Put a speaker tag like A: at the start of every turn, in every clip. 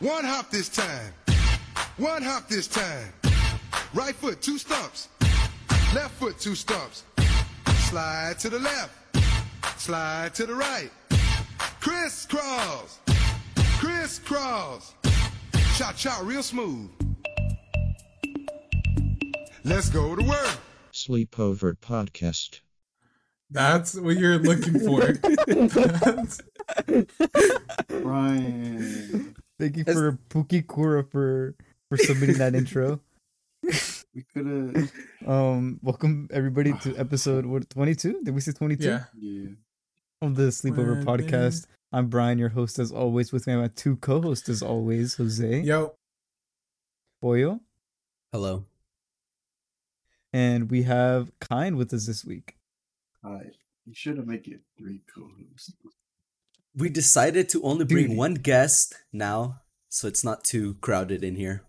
A: One hop this time. One hop this time. Right foot, two stumps. Left foot, two stumps. Slide to the left. Slide to the right. Crisscross. Crisscross. Cha cha, real smooth. Let's go to work.
B: Sleepover Podcast.
C: That's what you're looking for.
D: Brian,
E: Thank you
F: That's-
E: for Puki Kura for for submitting that intro.
D: we could have.
E: Um, welcome everybody to episode what twenty two? Did we say twenty two
C: yeah.
D: Yeah.
E: of the
C: We're
E: Sleepover Podcast? I'm Brian, your host as always. With me, I have my two co-hosts as always, Jose
C: Yo.
E: Boyo,
F: Hello.
E: and we have Kind with us this week.
D: Hi. You should have made it three co-hosts.
F: We decided to only bring
E: Dude.
F: one guest now, so it's not too crowded in here.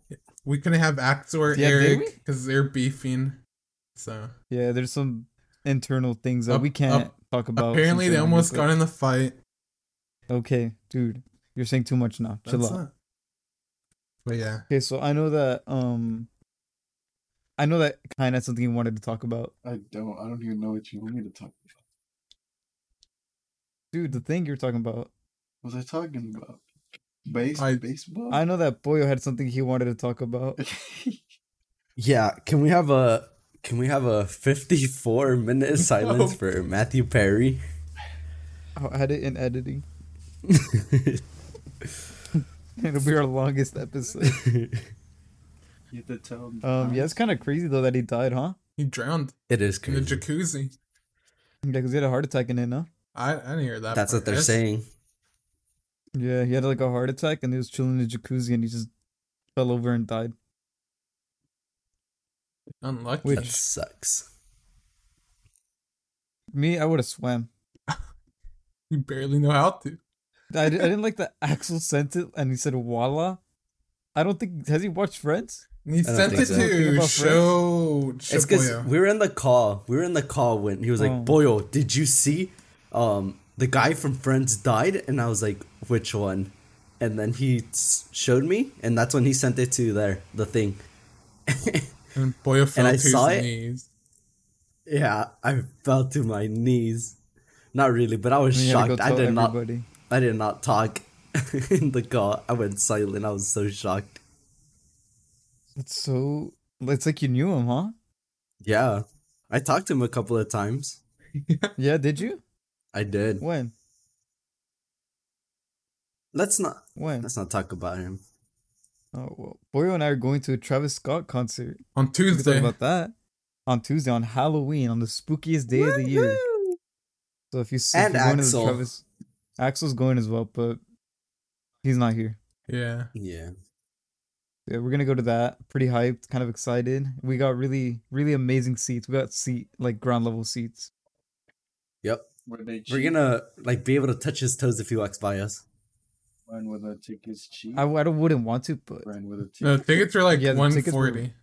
C: We couldn't have Axe or
E: Yeah, did
C: Eric because they're beefing. So
E: Yeah, there's some internal things that
C: Up-
E: we can't
C: up-
E: talk about.
C: apparently
E: since
C: they
E: they're on
C: almost
E: replay.
C: got in the fight.
E: Okay, dude, you're saying too much now. Chill
C: That's
E: out.
C: not... But yeah.
E: Okay, so I know that um, I know that Kind had something he wanted to talk about.
D: I don't. I don't even know what you want me to talk about.
E: Dude, the thing you're talking about.
D: What was I talking about? Base
C: I-
D: baseball.
E: I know that Boyo had something he wanted to talk about.
F: Yeah, can we have a can we have a 54 minute silence
C: No.
F: for Matthew Perry?
E: I had it in editing. It'll be our longest episode.
D: you have to tell. them
E: Um, yeah, it's kind of crazy though that he died, huh?
C: He drowned
F: It is
C: in the
F: crazy.
C: jacuzzi.
E: Yeah, because he had a heart attack in it, no?
C: I, I didn't hear that.
F: That's
C: part.
F: what they're
C: That's-
F: saying.
E: Yeah, he had like a heart attack and he was chilling in the jacuzzi and he just fell over and died.
C: Unlucky.
E: Which-
F: That sucks.
E: Me, I would have swam.
C: You barely know how to.
E: I, di- I didn't like that Axel sent it and he said "Walla." I don't think has he watched Friends.
C: And he
F: don't
C: sent
F: think
C: it
F: so.
C: to
E: About
C: show.
F: It's because we were in the call. We were in the call when he was like,
E: Oh.
F: "Boyo, did you see, um, the guy from Friends died?" And I was like, "Which one?" And then he s- showed me, and that's when he sent it to there the thing.
C: And Boyo fell
F: I
C: to his
F: saw it.
C: knees.
F: Yeah, I fell to my knees. Not really, but I was
E: And he had to
F: shocked.
E: go
F: I
E: tell
F: did not.
E: everybody.
F: I did not talk in the call. I went silent. I was so shocked.
E: It's so. It's like you knew him, huh?
F: Yeah, I talked to him a couple of times.
E: Yeah, did you?
F: I did.
E: When?
F: Let's not.
E: When?
F: Let's not talk about him.
E: Oh well, Boyo and I are going to a Travis Scott concert.
C: On
E: We can talk
C: Tuesday.
E: about that on Tuesday on Halloween on the spookiest day of the year. So if you see
F: And
E: if you're going to
F: Axel.
E: the Travis, Axel's going as well, but he's not here.
C: Yeah.
F: Yeah.
E: Yeah, we're gonna go to that. Pretty hyped, kind of excited. We got really, really amazing seats. We got seat like ground level seats.
F: Yep.
D: Were they cheap?
F: We're gonna like be able to touch his toes if he walks by us.
D: Run with a ticket's cheap.
E: I, I don't- wouldn't want to, but
D: Run with a
C: No,
D: ticket.
C: tickets are like
E: Yeah, the tickets were-
C: 140.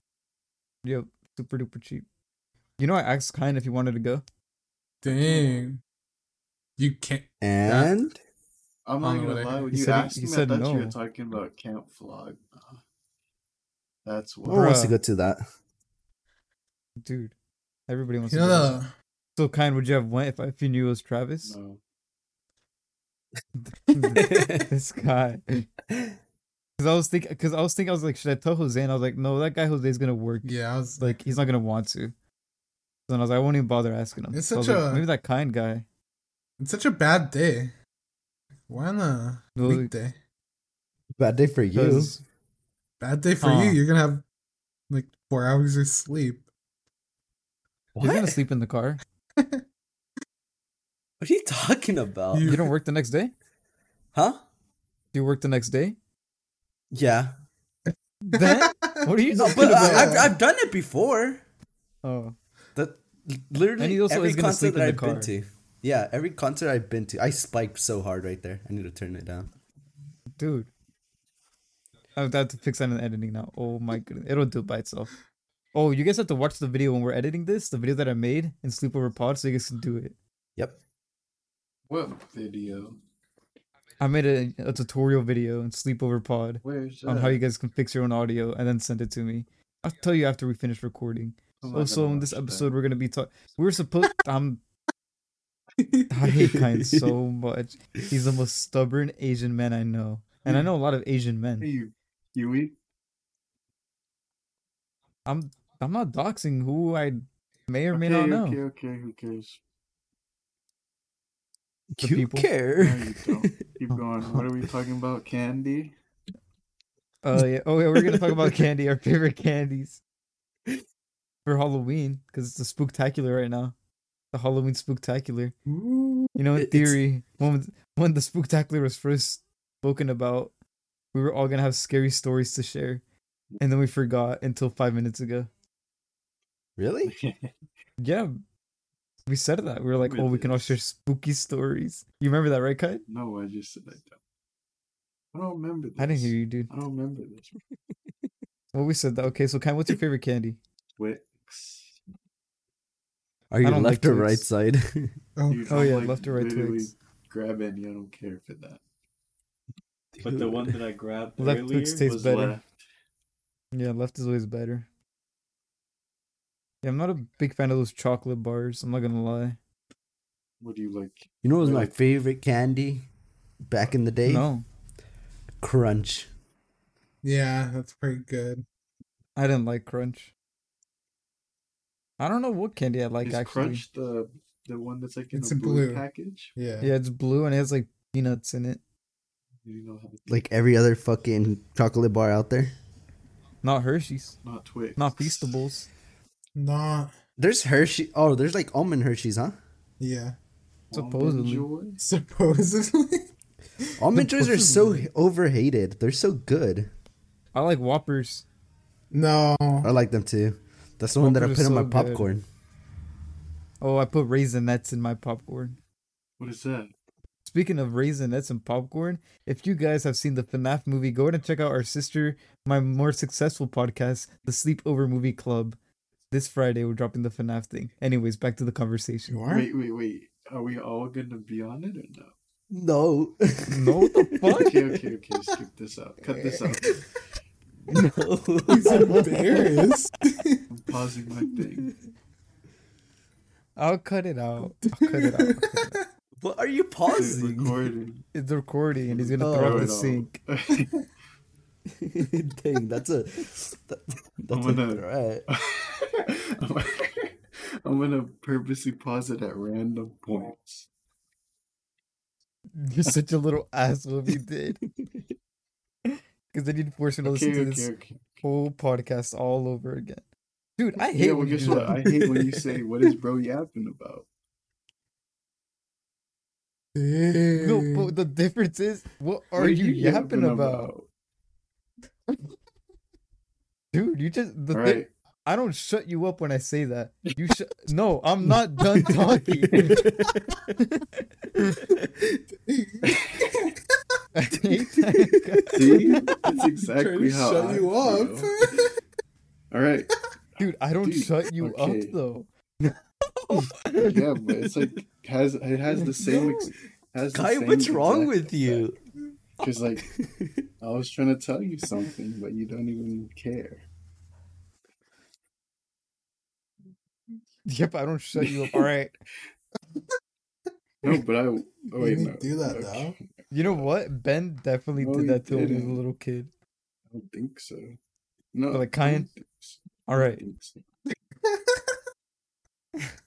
E: yeah, super duper cheap. You know, I asked Kind if he wanted to go.
C: Dang. You can't.
F: And
D: I'm not
C: Oh,
D: gonna
C: they-
D: lie. When
E: he
D: you
E: said he-
D: asked
E: he
D: me, I
E: said
D: thought you
E: no.
D: were talking about Camp Vlog. That's
F: who
D: what.
E: Bruh.
F: wants to go to that?
E: Dude, everybody wants
C: You
E: to
C: know
E: go.
C: the-
E: So Kind, would you have went if, if you knew it was Travis?
D: No.
E: this guy. Cause I was thinking, cause I was thinking, I was like, should I tell Jose? And I was like, no, that guy Jose's gonna work.
C: Yeah, I was
E: Like, he's not gonna want to. So then I was like, I won't even bother asking him.
C: It's
E: So I was
C: such
E: like,
C: a-
E: maybe that kind guy.
C: It's such a bad day. Why on a
E: No, like-
C: weekday?
F: Bad day for you.
E: 'Cause-
C: Bad day for
E: Aw.
C: you. You're gonna have like four hours of sleep.
E: He's gonna sleep in the car.
F: What are you talking about?
C: You-
E: You don't work the next day.
F: Huh?
E: Do you work the next day?
F: Yeah.
E: Then what are you
F: No,
E: talking
F: but
E: about?
F: I, I've, I've done it before.
E: oh,
F: That
E: And
F: literally
E: he also
F: every
E: is gonna
F: concert
E: sleep
F: that
E: in
F: I've
E: the
F: been
E: car.
F: to. Yeah, every concert I've been to, I spiked so hard right there. I need to turn it down.
E: dude. I have to fix that in the editing now. Oh my goodness, it'll do it by itself. Oh, you guys have to watch the video when we're editing this, the video that I made in Sleepover Pod, so you guys can do it.
F: Yep.
D: What video?
E: I made a, a tutorial video in Sleepover Pod
D: Where's
E: on how you guys can fix your own audio and then send it to me. I'll tell you after we finish recording.
D: Oh
E: also, in this episode, we're gonna be talking. We're supposed. I'm. I hate Kind so much. He's the most stubborn Asian man I know, and I know a lot of Asian men.
D: you, you eat?
E: I'm. I'm not doxing who I may or may not
D: okay,
E: know.
D: Okay, okay, who cares?
E: The
F: you
E: people.
D: No,
F: care?
D: you don't. Keep going. What are we talking about? Candy?
E: Oh yeah. Oh yeah. We're gonna talk about candy, our favorite candies for Halloween, because it's a spooktacular right now. The Halloween spooktacular. You know, in
F: It- it's-
E: theory, when when the spooktacular was first spoken about, we were all gonna have scary stories to share, and then we forgot until five minutes ago.
F: Really?
E: Yeah, we said that. We were like,
D: We
E: oh, we can all
D: did.
E: share spooky stories. You remember that, right, Kai?
D: no, I just said I don't. I don't remember this.
E: I didn't hear you, dude.
D: I don't remember this.
E: Well, we said that. Okay, so Kai, what's your favorite candy?
D: Twix.
F: Are you
E: don't like
F: left or
E: Twix.
F: right side?
C: Oh,
D: Dude,
E: Oh,
D: I'm,
E: yeah, left or right
D: literally
E: Twix.
D: Grab any, I don't care for that.
G: But the one that I grabbed
E: Left
G: earlier
E: Twix tastes
G: was
E: better.
G: left.
E: Yeah, left is always better. Yeah, I'm not a big fan of those chocolate bars. I'm not gonna lie.
D: What do you like?
F: You know, what was my favorite candy back in the day.
E: No,
F: Crunch.
C: yeah, that's pretty good.
E: I didn't like Crunch. I don't know what candy I like
D: Is
E: actually.
D: Crunch the the one that's like in
C: It's
D: a
C: in
D: blue,
C: blue.
D: package?
C: Yeah.
E: Yeah, it's blue and it has like peanuts in it.
D: You know how to
F: Like every other fucking chocolate bar out there.
E: Not Hershey's.
D: not Twix.
E: Not Feastables.
C: Not.
F: There's Hershey. Oh, there's like almond Hershey's, huh?
C: Yeah.
D: Almond
E: supposedly.
D: Joy?
C: Supposedly.
F: Almond joys are so overhated. They're so good.
E: I like Whoppers.
C: no.
F: I like them too. That's the one that I
E: Whoppers
F: put in
E: are so
F: my
E: good.
F: popcorn.
E: Oh, I put raisinets in my popcorn.
D: What is that?
E: Speaking of raisinets and popcorn, if you guys have seen the FNAF movie, go ahead and check out our sister, my more successful podcast, The Sleepover Movie Club. This Friday, we're dropping the FNAF thing. Anyways, back to the conversation.
C: You are?
D: Wait, wait, wait. Are we all gonna be on it or no?
F: No.
E: No, what the fuck?
D: Okay, okay, okay. Skip this out. Cut this out.
C: He's embarrassed.
D: I'm pausing my thing.
E: I'll cut it out. I'll cut it out.
F: what are you
D: It's
F: pausing?
D: recording.
E: It's recording, and he's gonna
F: Oh.
E: throw
D: Throw
E: out
D: it
E: the
D: all.
E: sink.
F: Dang, that's a that- that's
D: I'm
F: a
D: gonna-
F: threat.
D: I'm gonna purposely pause it at random points.
E: You're such a little asshole if you did. Because then you'd force me to listen
D: Okay,
E: to this
D: okay, okay.
E: whole podcast all over again. Dude, I hate
D: Yeah, well,
E: when you
D: guess
E: do
D: what?
E: that.
D: I hate when you say, "What is bro yapping about?"
E: No,
C: Dude.
E: but the difference is, what are
D: What
E: you, yapping about? dude? You just the
D: All
E: thing,
D: right.
E: I don't shut you up when I say that. You shut. no, I'm not done talking. I hate that guy.
D: See, that's exactly how
C: Shut
D: I
C: you up.
D: feel. All right.
E: dude, I don't
D: Dude,
E: shut you
D: okay.
E: up though.
D: Yeah, but it's like has it has the same. Ex- has
F: Kai, what's wrong with you?
D: Because like, I was trying to tell you something, but you don't even care.
E: Yep, I don't shut you up. All right,
D: No, but I. Oh, wait,
C: didn't
D: no.
C: do that,
D: Okay.
E: you know what? Ben definitely
D: No,
E: did
D: you
E: that to him as a
D: didn't.
E: little kid.
D: I don't think so. No.
E: But, like,
D: I don't
E: Kyan?
D: think so.
E: All
D: I don't
E: right.
D: think so.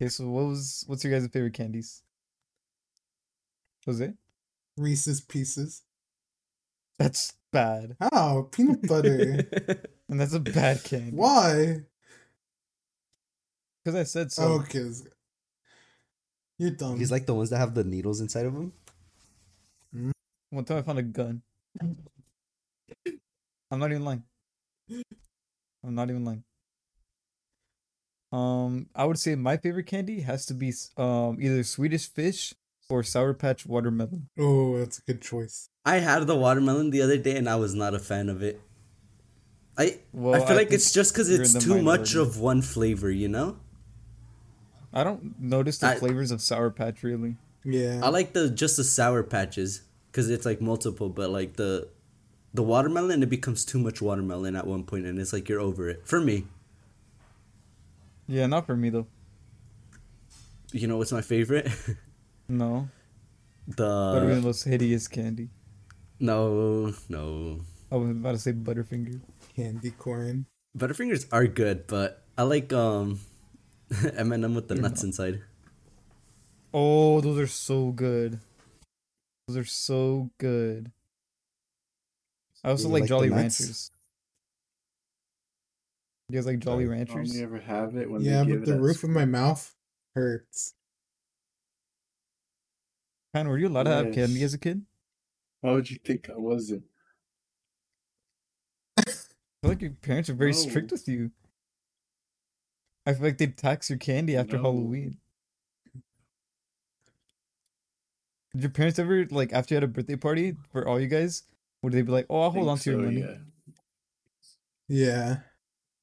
E: Okay, so what was what's your guys' favorite candies? Was it?
C: Reese's Pieces.
E: That's bad,
C: Oh, peanut butter.
E: and that's a bad candy.
C: Why?
E: Because I said so.
C: Oh, okay. it's- You're
E: um,
C: dumb.
F: He's like the ones that have the needles inside of them.
E: One time I found a gun. I'm not even lying. I'm not even lying. Um, I would say my favorite candy has to be s- um either Swedish fish or Sour Patch watermelon.
C: oh, that's a good choice.
F: I had the watermelon the other day and I was not a fan of it. I
E: Well,
F: I feel
E: I
F: like
E: think
F: it's just because
E: you're
F: it's
E: in the
F: too much
E: minority.
F: of one flavor, you know?
E: I don't notice the
F: I-
E: flavors of Sour Patch really.
C: Yeah.
F: I like the just the sour patches because it's like multiple, but like the the watermelon it becomes too much watermelon at one point, and it's like you're over it. For me,
E: Yeah, not for me though.
F: you know what's my favorite?
E: No, Butterfinger is
F: the
E: the most hideous candy.
F: no no
E: I was about to say Butterfinger.
C: Candy corn.
F: Butterfingers are good, but I like um M and m with the nuts inside.
E: Oh, those are so good. Those are so good. I also
F: You
E: like,
F: like the
E: Jolly
F: nuts?
E: Ranchers. You guys like
D: um,
E: Jolly Ranchers?
D: Only ever have it when
C: yeah,
D: they give
C: but the
D: it
C: roof of my mouth hurts.
E: Kind were you allowed to have
D: Yes.
E: candy as a kid?
D: How would you think I wasn't?
E: I feel like your parents are very strict
D: No.
E: with you. I feel like they tax your candy after
D: No.
E: Halloween. Did your parents ever like after you had a birthday party for all you guys? Would they be like, "Oh, I'll hold
D: Think
E: on to your
D: so,
E: money"?
D: yeah.
C: Yeah.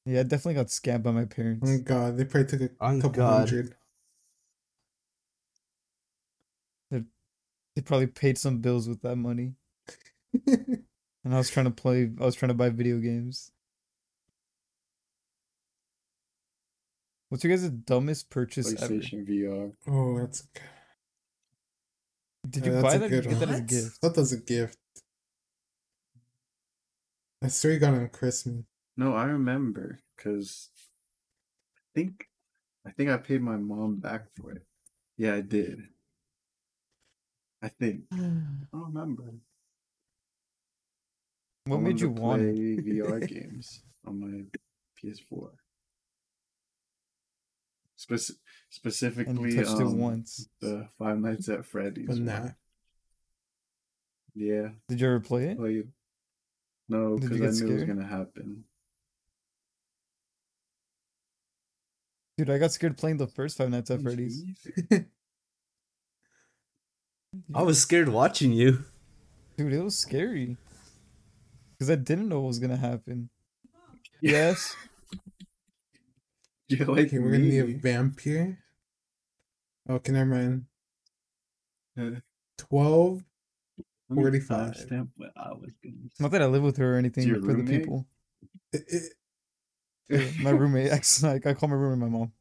E: Yeah, I definitely got scammed by my parents.
F: Mm,
C: Oh god, they probably took a
F: Oh,
C: couple
F: God.
C: hundred.
E: They probably paid some bills with that money, and I was trying to play. I was trying to buy video games. What's your guys' dumbest purchase ever?
D: PlayStation VR.
C: oh, that's a g-
E: Did
C: Uh,
E: you
C: that's
E: buy
C: a
E: that? Or did
C: good
E: you get that as a
F: one.
E: gift?
C: that was a gift. I swear you got it on Christmas.
D: No, I remember because I think I think I paid my mom back for it. Yeah, I did. I think I
C: Mm.
D: don't remember. I
E: What
D: wanted
E: made
D: to
E: you want
D: play
E: it?
D: VR games on my PS4? Spec-
E: And
D: specifically,
E: you touched it
D: um,
E: once.
D: the Five Nights at Freddy's.
C: But
D: one.
C: nah.
D: Yeah,
E: Did you ever play it?
D: play. No,
E: Did you
D: because I
E: get
D: knew it was
E: scared?
D: gonna happen.
E: Dude, I got scared playing the first Five Nights at Freddy's.
D: Jeez.
F: I was scared watching you.
E: Dude, it was scary. Because I didn't know what was going to happen. Yes.
D: You're like
C: Okay, we're gonna need a
D: me.
C: vampire. Okay, never mind.
D: Uh,
C: Twelve.
D: let me
C: 45.
D: timestamp what I was gonna
E: Not that I live with her or anything,
D: your
E: but for the
D: roommate?
E: people.
C: It- it-
E: Yeah,
D: say.
E: my roommate, ex, I I call my roommate my mom.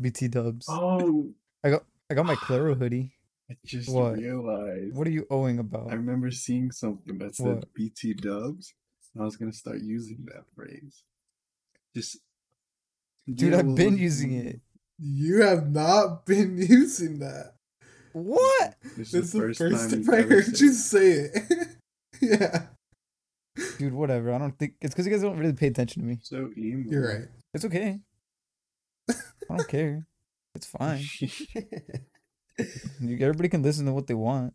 E: BT dubs.
D: oh,
E: I got my Clara hoodie.
D: I just
E: What?
D: realized.
E: What are you owing
D: I
E: about?
D: remember seeing something that said
E: What?
D: BT dubs, and I was gonna start using that phrase. Just,
E: Dude,
D: Yeah,
E: I've
D: well,
E: been
D: you-
E: using it.
C: you have not been using that.
E: What?
D: This
C: This
D: is the first, time,
C: I
D: you've ever
C: heard
D: said
C: you
D: it.
C: say it. yeah,
E: Dude, whatever. I don't think it's because you guys don't really pay attention to me.
D: So emo.
C: you're right.
E: It's okay. I don't care. It's fine. You- Everybody can listen to what they want.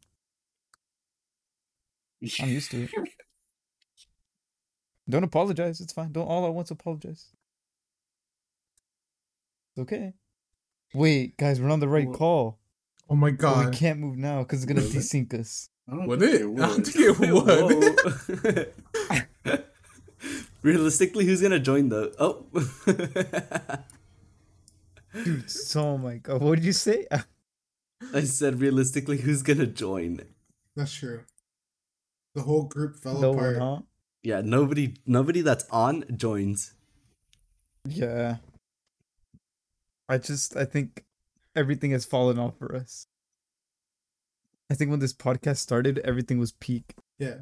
E: I'm used to it. Don't apologize. It's fine. Don't all at once apologize. It's okay. Wait, guys, we're on the right
D: Well-
E: call.
C: Oh my
E: but
C: god.
E: we can't move now because it's gonna
D: Really?
E: desync us.
D: I don't
C: Would
D: think
C: it? I don't
D: would.
C: think it would.
F: Whoa. Realistically, who's gonna join the? Oh,
E: Dude, so oh my god, what did you say?
F: I said realistically, who's gonna join?
C: That's true. The whole group fell
E: no one,
C: apart.
E: huh?
F: Yeah, nobody, nobody that's on joins.
E: Yeah. I just I think everything has fallen off for us. I think when this podcast started, everything was peak.
C: Yeah.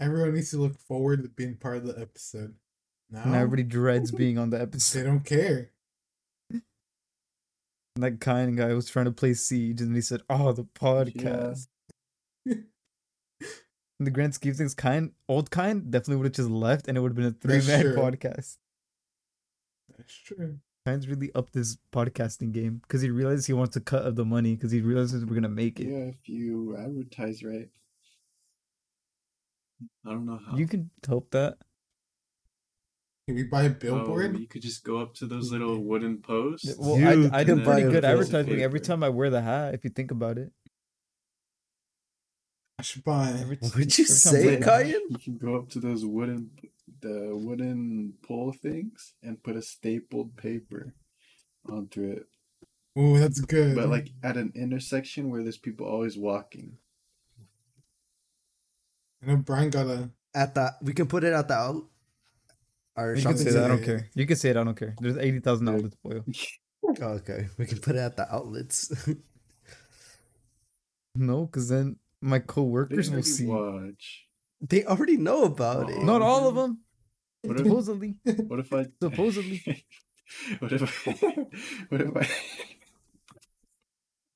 C: Everyone needs to look forward to being part of the episode. Now
E: And everybody dreads being on the episode.
C: they don't care.
E: And that kind guy was trying to play Siege, and he said, "Oh, the podcast." In the grand scheme of things, kind old kind definitely would have just left, and it would have been a three
C: That's
E: man
C: true.
E: podcast.
C: That's true.
E: Kind's really upped his podcasting game because he realized he wants a cut of the money because he realizes we're gonna make it.
D: Yeah, if you advertise right. I don't know how.
E: You can help that.
C: Can we buy a
D: Oh,
C: billboard?
D: you could just go up to those little wooden posts.
E: Well,
F: You
E: I, I
F: can
E: do
F: buy
E: pretty
F: a
E: good
F: piece of
E: advertising every
D: paper.
E: time I wear the hat. If you think about it,
C: I should buy.
E: every,
F: What would you
E: every
F: say,
E: time I-
F: Kyan?
D: You can go up to those wooden, the wooden pole things, and put a stapled paper onto it.
C: Ooh, that's good.
D: but like at an intersection where there's people always walking.
C: I know Brian got a.
F: At that, we can put it at the out. Our
C: You
E: You
F: shopping
E: can say that. I don't
C: Yeah.
E: care. You can say it. I don't care. There's eighty thousand outlets, boy.
F: center. Oh, okay, we can put it at the outlets.
E: No, because then my coworkers will see.
D: Watch.
F: they already know about it.
E: Not all of them.
D: What if,
E: Supposedly,
D: what if I
E: supposedly.
D: what if I what if I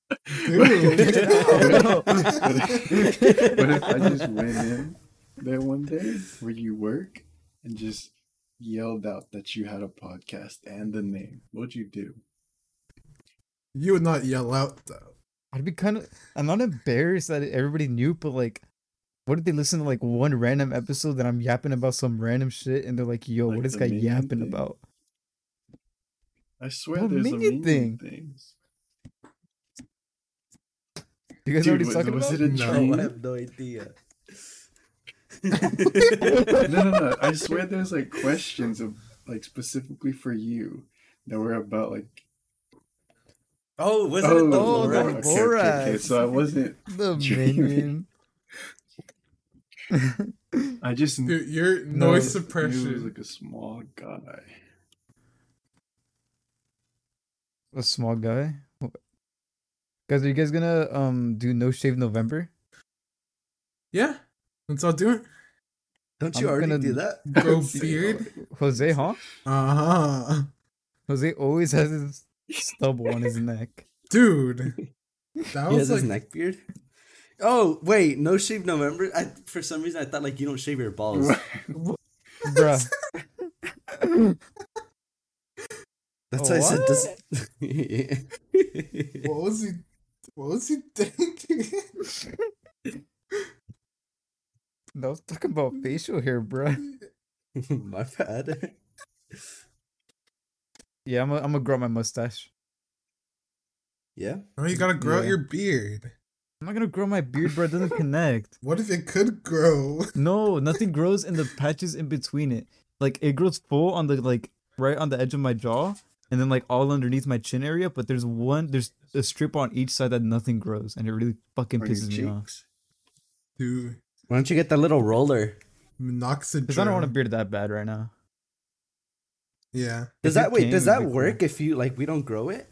C: Dude, get out.
D: what if I just went in there one day where you work and just yelled out that you had a podcast and the name? What'd you do?
C: you would not yell out though.
E: I'd be kind of. I'm not embarrassed that everybody knew, but like, what if they listen to like one random episode that I'm yapping about some random shit, and they're like, "Yo,
D: Like
E: what is
D: the
E: guy
D: minion
E: yapping
D: thing?
E: about?"
D: I swear
E: What
D: there's a
E: minion
D: minion
E: thing?
D: thing.
E: You guys
D: Dude,
E: already
D: was,
E: talking
D: was
E: about?
D: it a
C: No.
F: Oh, I
D: dream?
F: have no idea.
D: no, no, no. I swear there's like questions of like specifically for you that were about like
F: Oh, was it the
E: Oh,
D: okay,
E: that
F: Lorax?
E: was
D: okay, okay, okay.
E: Borat.
D: So I wasn't.
E: The
D: Dreaming.
E: minion.
D: I just knew
C: Dude, your
E: No,
C: noise
D: he
E: it
D: was
C: suppression.
D: like a small guy.
E: a small guy. Wh- Guys, are you guys gonna um do No Shave November?
C: Yeah, that's all do it.
F: Don't you
E: I'm
F: already
E: gonna-
F: do that?
C: Grow beard.
E: Jose, huh?
C: Uh huh.
E: Jose always has his stubble on his neck.
C: Dude, that
F: He
C: was
F: has
C: like
F: his neck beard. Oh wait, no shave November. I for some reason I thought like you don't shave your balls.
E: Bruh.
F: That's why I said this.
C: what was he? What was he thinking?
E: I was talking about facial hair, bruh.
F: My bad.
E: Yeah, I'm gonna I'm grow out my mustache.
F: Yeah.
C: oh, you gotta grow out
E: Yeah.
C: your beard.
E: I'm not gonna grow my beard, bruh. It doesn't connect.
C: What if it could grow?
E: No, nothing grows in the patches in between it. Like it grows full on the like right on the edge of my jaw, and then like all underneath my chin area. But there's one, there's a strip on each side that nothing grows, and it really fucking
D: On your
E: pisses me off.
D: cheeks.
C: Dude,
F: Why don't you get that little roller?
C: minoxidil.
E: Because I don't want a beard that bad right now.
C: Yeah.
F: Does
E: If it
F: that wait?
E: came,
F: Does
E: it would
F: that
E: be cool.
F: work if you like we don't grow it?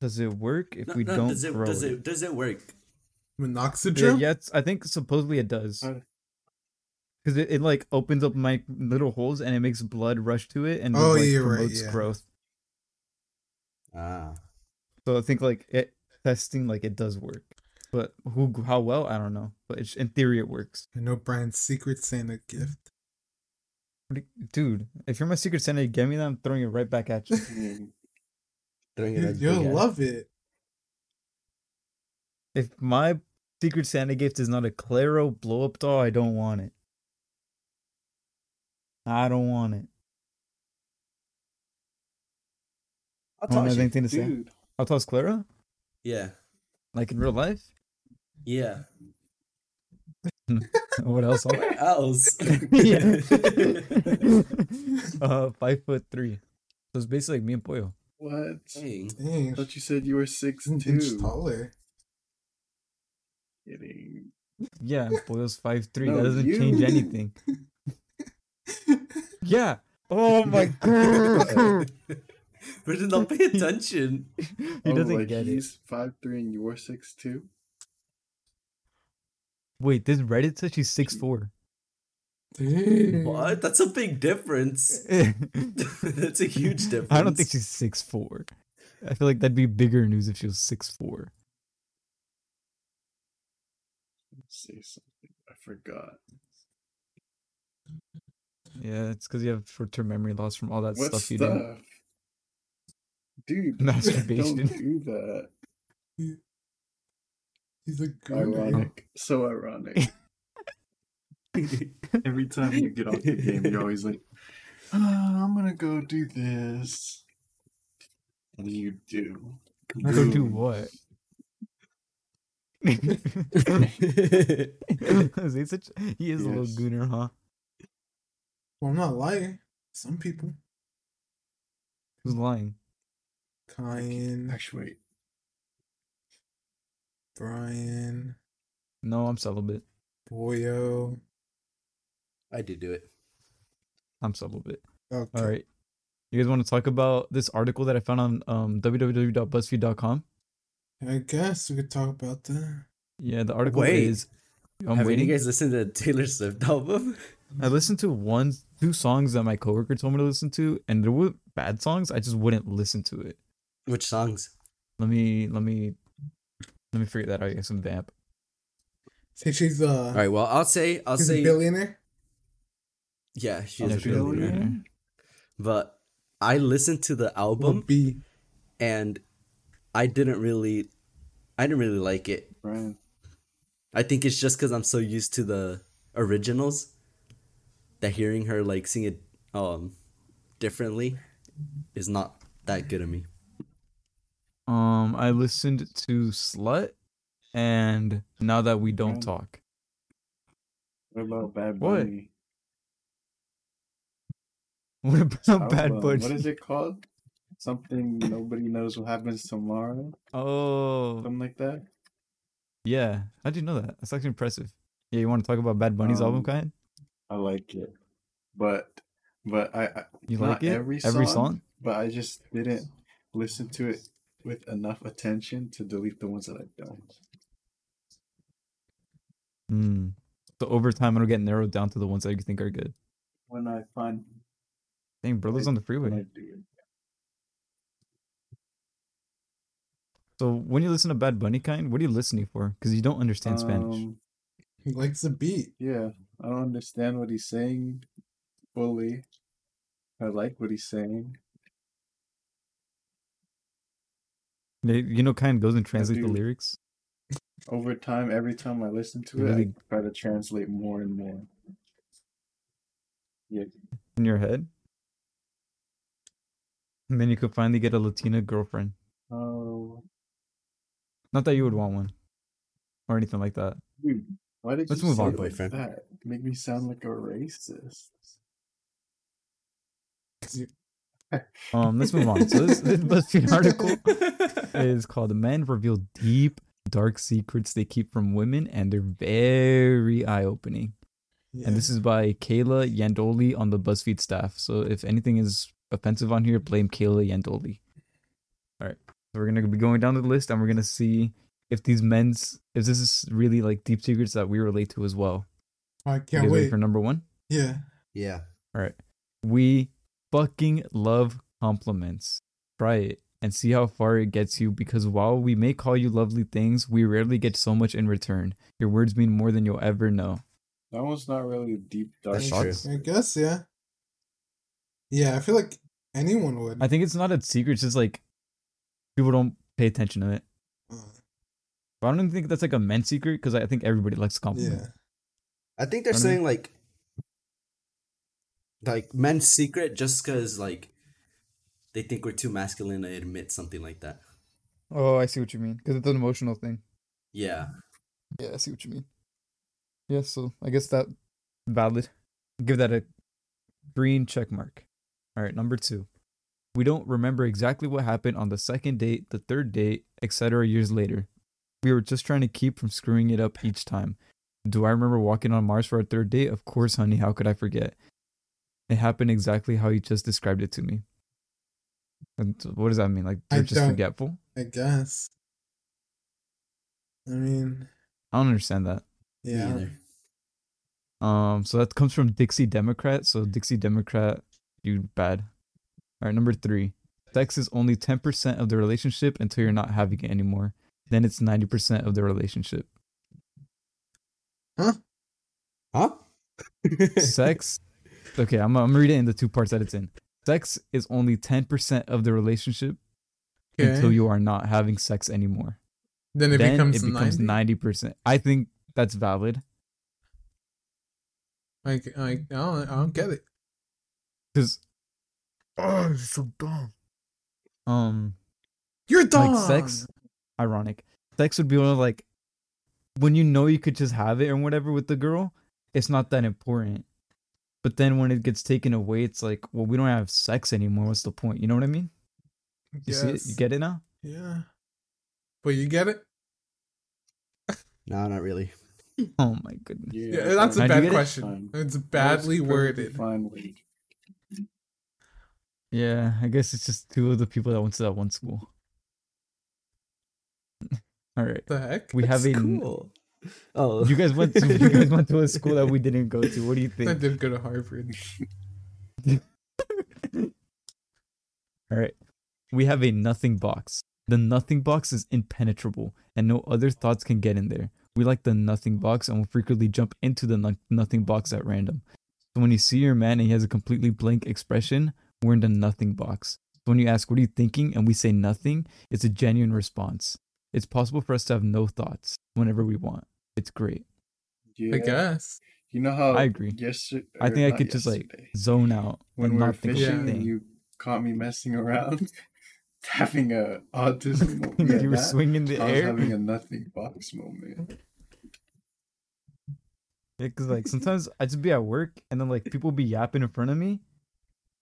E: Does it work if we
F: no,
E: don't
F: does it,
E: grow
F: does
E: it?
F: it does it work?
E: Yeah,
C: Minoxidil?
E: yeah, it's- I think supposedly it does.
D: Uh.
E: Because it, it like opens up my little holes and it makes blood rush to it and
C: Oh,
E: like,
C: yeah, you're right,
E: promotes
C: yeah.
E: growth.
F: Ah.
E: So I think like it testing like it does work, but who how well I don't know. But it's, in theory it works,
C: I know Brian's secret Santa gift.
E: What do you- dude. If you're my secret Santa, you get me that I'm throwing it right back at you.
D: Mm.
F: Throwing it
C: Dude,
F: at the
C: you'll
F: big guy.
C: love it.
E: if my secret Santa gift is not a Claro blow up doll, I don't want it. I don't want it.
F: I'll
E: I don't
F: toss
E: have
F: you.
E: anything to say.
D: Dude,
E: I'll toss Clara
F: Yeah.
E: like in real life.
F: Yeah.
E: What else?
F: Where else?
E: yeah. uh, five foot three. So it's basically like me and Pollo.
D: what?
F: Dang.
C: Dang,
D: I thought you said you were six
E: Mm,
C: it's an inch
D: two.
C: taller.
D: Kidding.
E: Yeah, Pollo's five three.
D: No,
E: that doesn't
D: you-
E: change anything. yeah. Oh my god.
F: But did not pay attention.
E: he
D: Oh,
E: doesn't
D: like
E: get it.
D: he's five three and you're six two.
E: Wait, this Reddit says she's six four.
C: Dude.
F: What? That's a big difference.
E: I
F: That's a huge difference.
E: don't think she's six four. I feel like that'd be bigger news if she was six four.
D: Say something. I forgot.
E: Yeah, it's because you have short term memory loss from all that
D: What
E: stuff you do.
D: stuff? Dude,
E: Masturbation.
D: Don't do that.
C: He's a gooner.
D: Ironic. So ironic. Every time you get off the game, you're always like, "Ah, I'm gonna go do this. And you do.
E: I go do
D: Boom.
E: what? Is he such? He is a little
D: Yes.
E: gooner, huh?
C: Well, I'm not lying. Some people.
E: Who's lying?
C: Kyan,
D: Actually, wait.
C: Brian,
E: No, I'm celibate.
C: Boyo.
F: I did do it.
E: I'm celibate.
C: Okay.
E: All right. You guys want to talk about this article that I found on um, www.buzzfeed.com?
C: I guess we could talk about that.
E: Yeah, the article
F: Wait.
E: is. I'm
F: Have
E: waiting.
F: you guys listened to the Taylor Swift album?
E: I listened to one, two songs that my coworker told me to listen to, and there were bad songs. I just wouldn't listen to it.
F: Which songs?
E: Let me, let me, let me figure that out. I guess I'm vamp.
C: Say she's uh,
F: All right. Well, I'll say I'll
C: she's
F: say
C: a billionaire.
F: yeah. She's
E: Yeah,
F: a
E: she's a
F: billionaire.
E: billionaire.
F: But I listened to the
C: Well,
F: album
C: B.
F: and I didn't really, I didn't really like it.
D: Brian.
F: I think it's just because I'm so used to the originals that hearing her like sing it um differently is not that good of me.
E: Um, I listened to Slut, and Now That We Don't
D: Right.
E: Talk.
D: What about Bad
E: What?
D: Bunny?
E: What about Bad
D: album?
E: Bunny?
D: uh, What is it called? Something nobody knows what happens tomorrow,
E: Oh,
D: something like that.
E: yeah. How do you know that? That's actually impressive. Yeah, you want to talk about Bad Bunny's album,
D: Um,
E: kind?
D: I like it, but but I, I
E: You
D: not
E: like it?
D: every
E: Every
D: song?
E: song?
D: but I just didn't listen to it with enough attention to delete the ones that I don't.
E: Hmm. So over time, it'll get narrowed down to the ones that you think are good.
D: When I find
E: Dang, Brothers on the
D: when I
E: Freeway.
D: do it,
E: So when you listen to Bad Bunny, kind, what are you listening for? Because you don't understand Spanish.
D: Um,
C: He likes the beat.
D: yeah, I don't understand what he's saying fully. I like what he's saying.
E: They- You know, kind goes and translates the
D: do.
E: lyrics.
D: Over time, every time I listen to
E: You
D: it,
E: really-
D: I try to translate more and more. Yeah,
E: in your head. And then you could finally get a Latina girlfriend.
D: Oh,
E: Not that you would want one or anything like that.
D: dude, Hmm. why did
E: Let's
D: you
E: move
D: say
E: on,
D: it like
F: boyfriend.
D: that? Make me sound like a racist.
C: 'Cause you-
E: Um, let's move on. So this, this BuzzFeed article is called "Men Reveal Deep, Dark Secrets They Keep from Women," and they're very eye-opening.
C: yeah.
E: And this is by Kayla Yandoli on the BuzzFeed staff. So if anything is offensive on here, blame Kayla Yandoli. All right. So we're gonna be going down the list, and we're gonna see if these men's if this is really like deep secrets that we relate to as well.
C: I
E: You
C: can't
E: guys ready
C: wait.
E: for number one.
C: Yeah.
F: Yeah.
E: All right. We fucking love compliments. Try it and see how far it gets you because while we may call you lovely things, we rarely get so much in return. Your words mean more than you'll ever know.
D: That one's not really deep dark.
F: That's
E: true.
F: Thoughts?
C: I guess yeah. Yeah, I feel like anyone would.
E: I think it's not a secret, it's just like people don't pay attention to it.
C: Uh,
E: But I don't even think that's like a men's secret because I think everybody likes compliments.
C: yeah.
F: I think they're
E: I don't-
F: saying like like men's secret just because like they think we're too masculine to admit something like that.
E: Oh, I see what you mean because it's an emotional thing.
F: Yeah.
E: Yeah, I see what you mean. Yeah, so I guess that valid. Give that a green check mark. All right, number two. We don't remember exactly what happened on the second date, the third date, etc. years later. We were just trying to keep from screwing it up each time. Do I remember walking on Mars for our third date? Of course, honey, how could I forget? It happened exactly how you just described it to me. And what does that mean? Like
C: I
E: they're just
C: don't-
E: forgetful?
C: I guess. I mean,
E: I don't understand that.
F: me
C: yeah.
F: either.
E: Um, so that comes from Dixie Democrat. So Dixie Democrat, you bad. All right, number three. Sex is only ten percent of the relationship until you're not having it anymore. Then it's ninety percent of the relationship.
F: Huh?
E: Sex. Okay, I'm I'm reading in the two parts that it's in. Sex is only ten percent of the relationship
C: Okay.
E: until you are not having sex anymore.
C: then it
E: then
C: becomes
E: it becomes
C: 90.
E: ninety percent. I think that's valid
C: Like, I, I, don't, I don't get it.
E: because oh, this is so dumb. Um.
C: You're dumb.
E: like sex ironic sex would be one of like when you know you could just have it and whatever with the girl it's not that important but then when it gets taken away it's like well we don't have sex anymore what's the point you know what i mean You see it? You get it now?
C: Yeah. But you get it?
F: No, not really.
E: Oh my goodness.
C: Yeah, that's a
E: How'd you
C: bad
E: get it?
C: question. It's badly worded.
D: Finally.
E: Yeah, I guess it's just two of the people that went to that one school. All right.
C: The heck?
E: We have a
F: Cool. Oh,
E: You guys went to you guys went to a school that we didn't go to. What do you
C: I
E: think?
C: did go to Harvard.
E: All right. We have a nothing box. The nothing box is impenetrable and no other thoughts can get in there. We like the nothing box and will frequently jump into the no- nothing box at random. So when you see your man and he has a completely blank expression, we're in the nothing box. So when you ask, What are you thinking? and we say nothing, it's a genuine response. It's possible for us to have no thoughts whenever we want. It's great.
D: Yeah.
C: I guess.
D: You know how
E: I agree.
D: Yesterday,
E: I think I could just, like, Zone out
D: when
E: and
D: we were
E: not think of a
D: fishing,
E: thing.
D: and you caught me messing around, having a autism. moment. Yeah,
E: you were
D: that-
E: swinging the
D: I was
E: air.
D: having a nothing box moment.
E: Yeah, cause like sometimes I just be at work and then like people be yapping in front of me,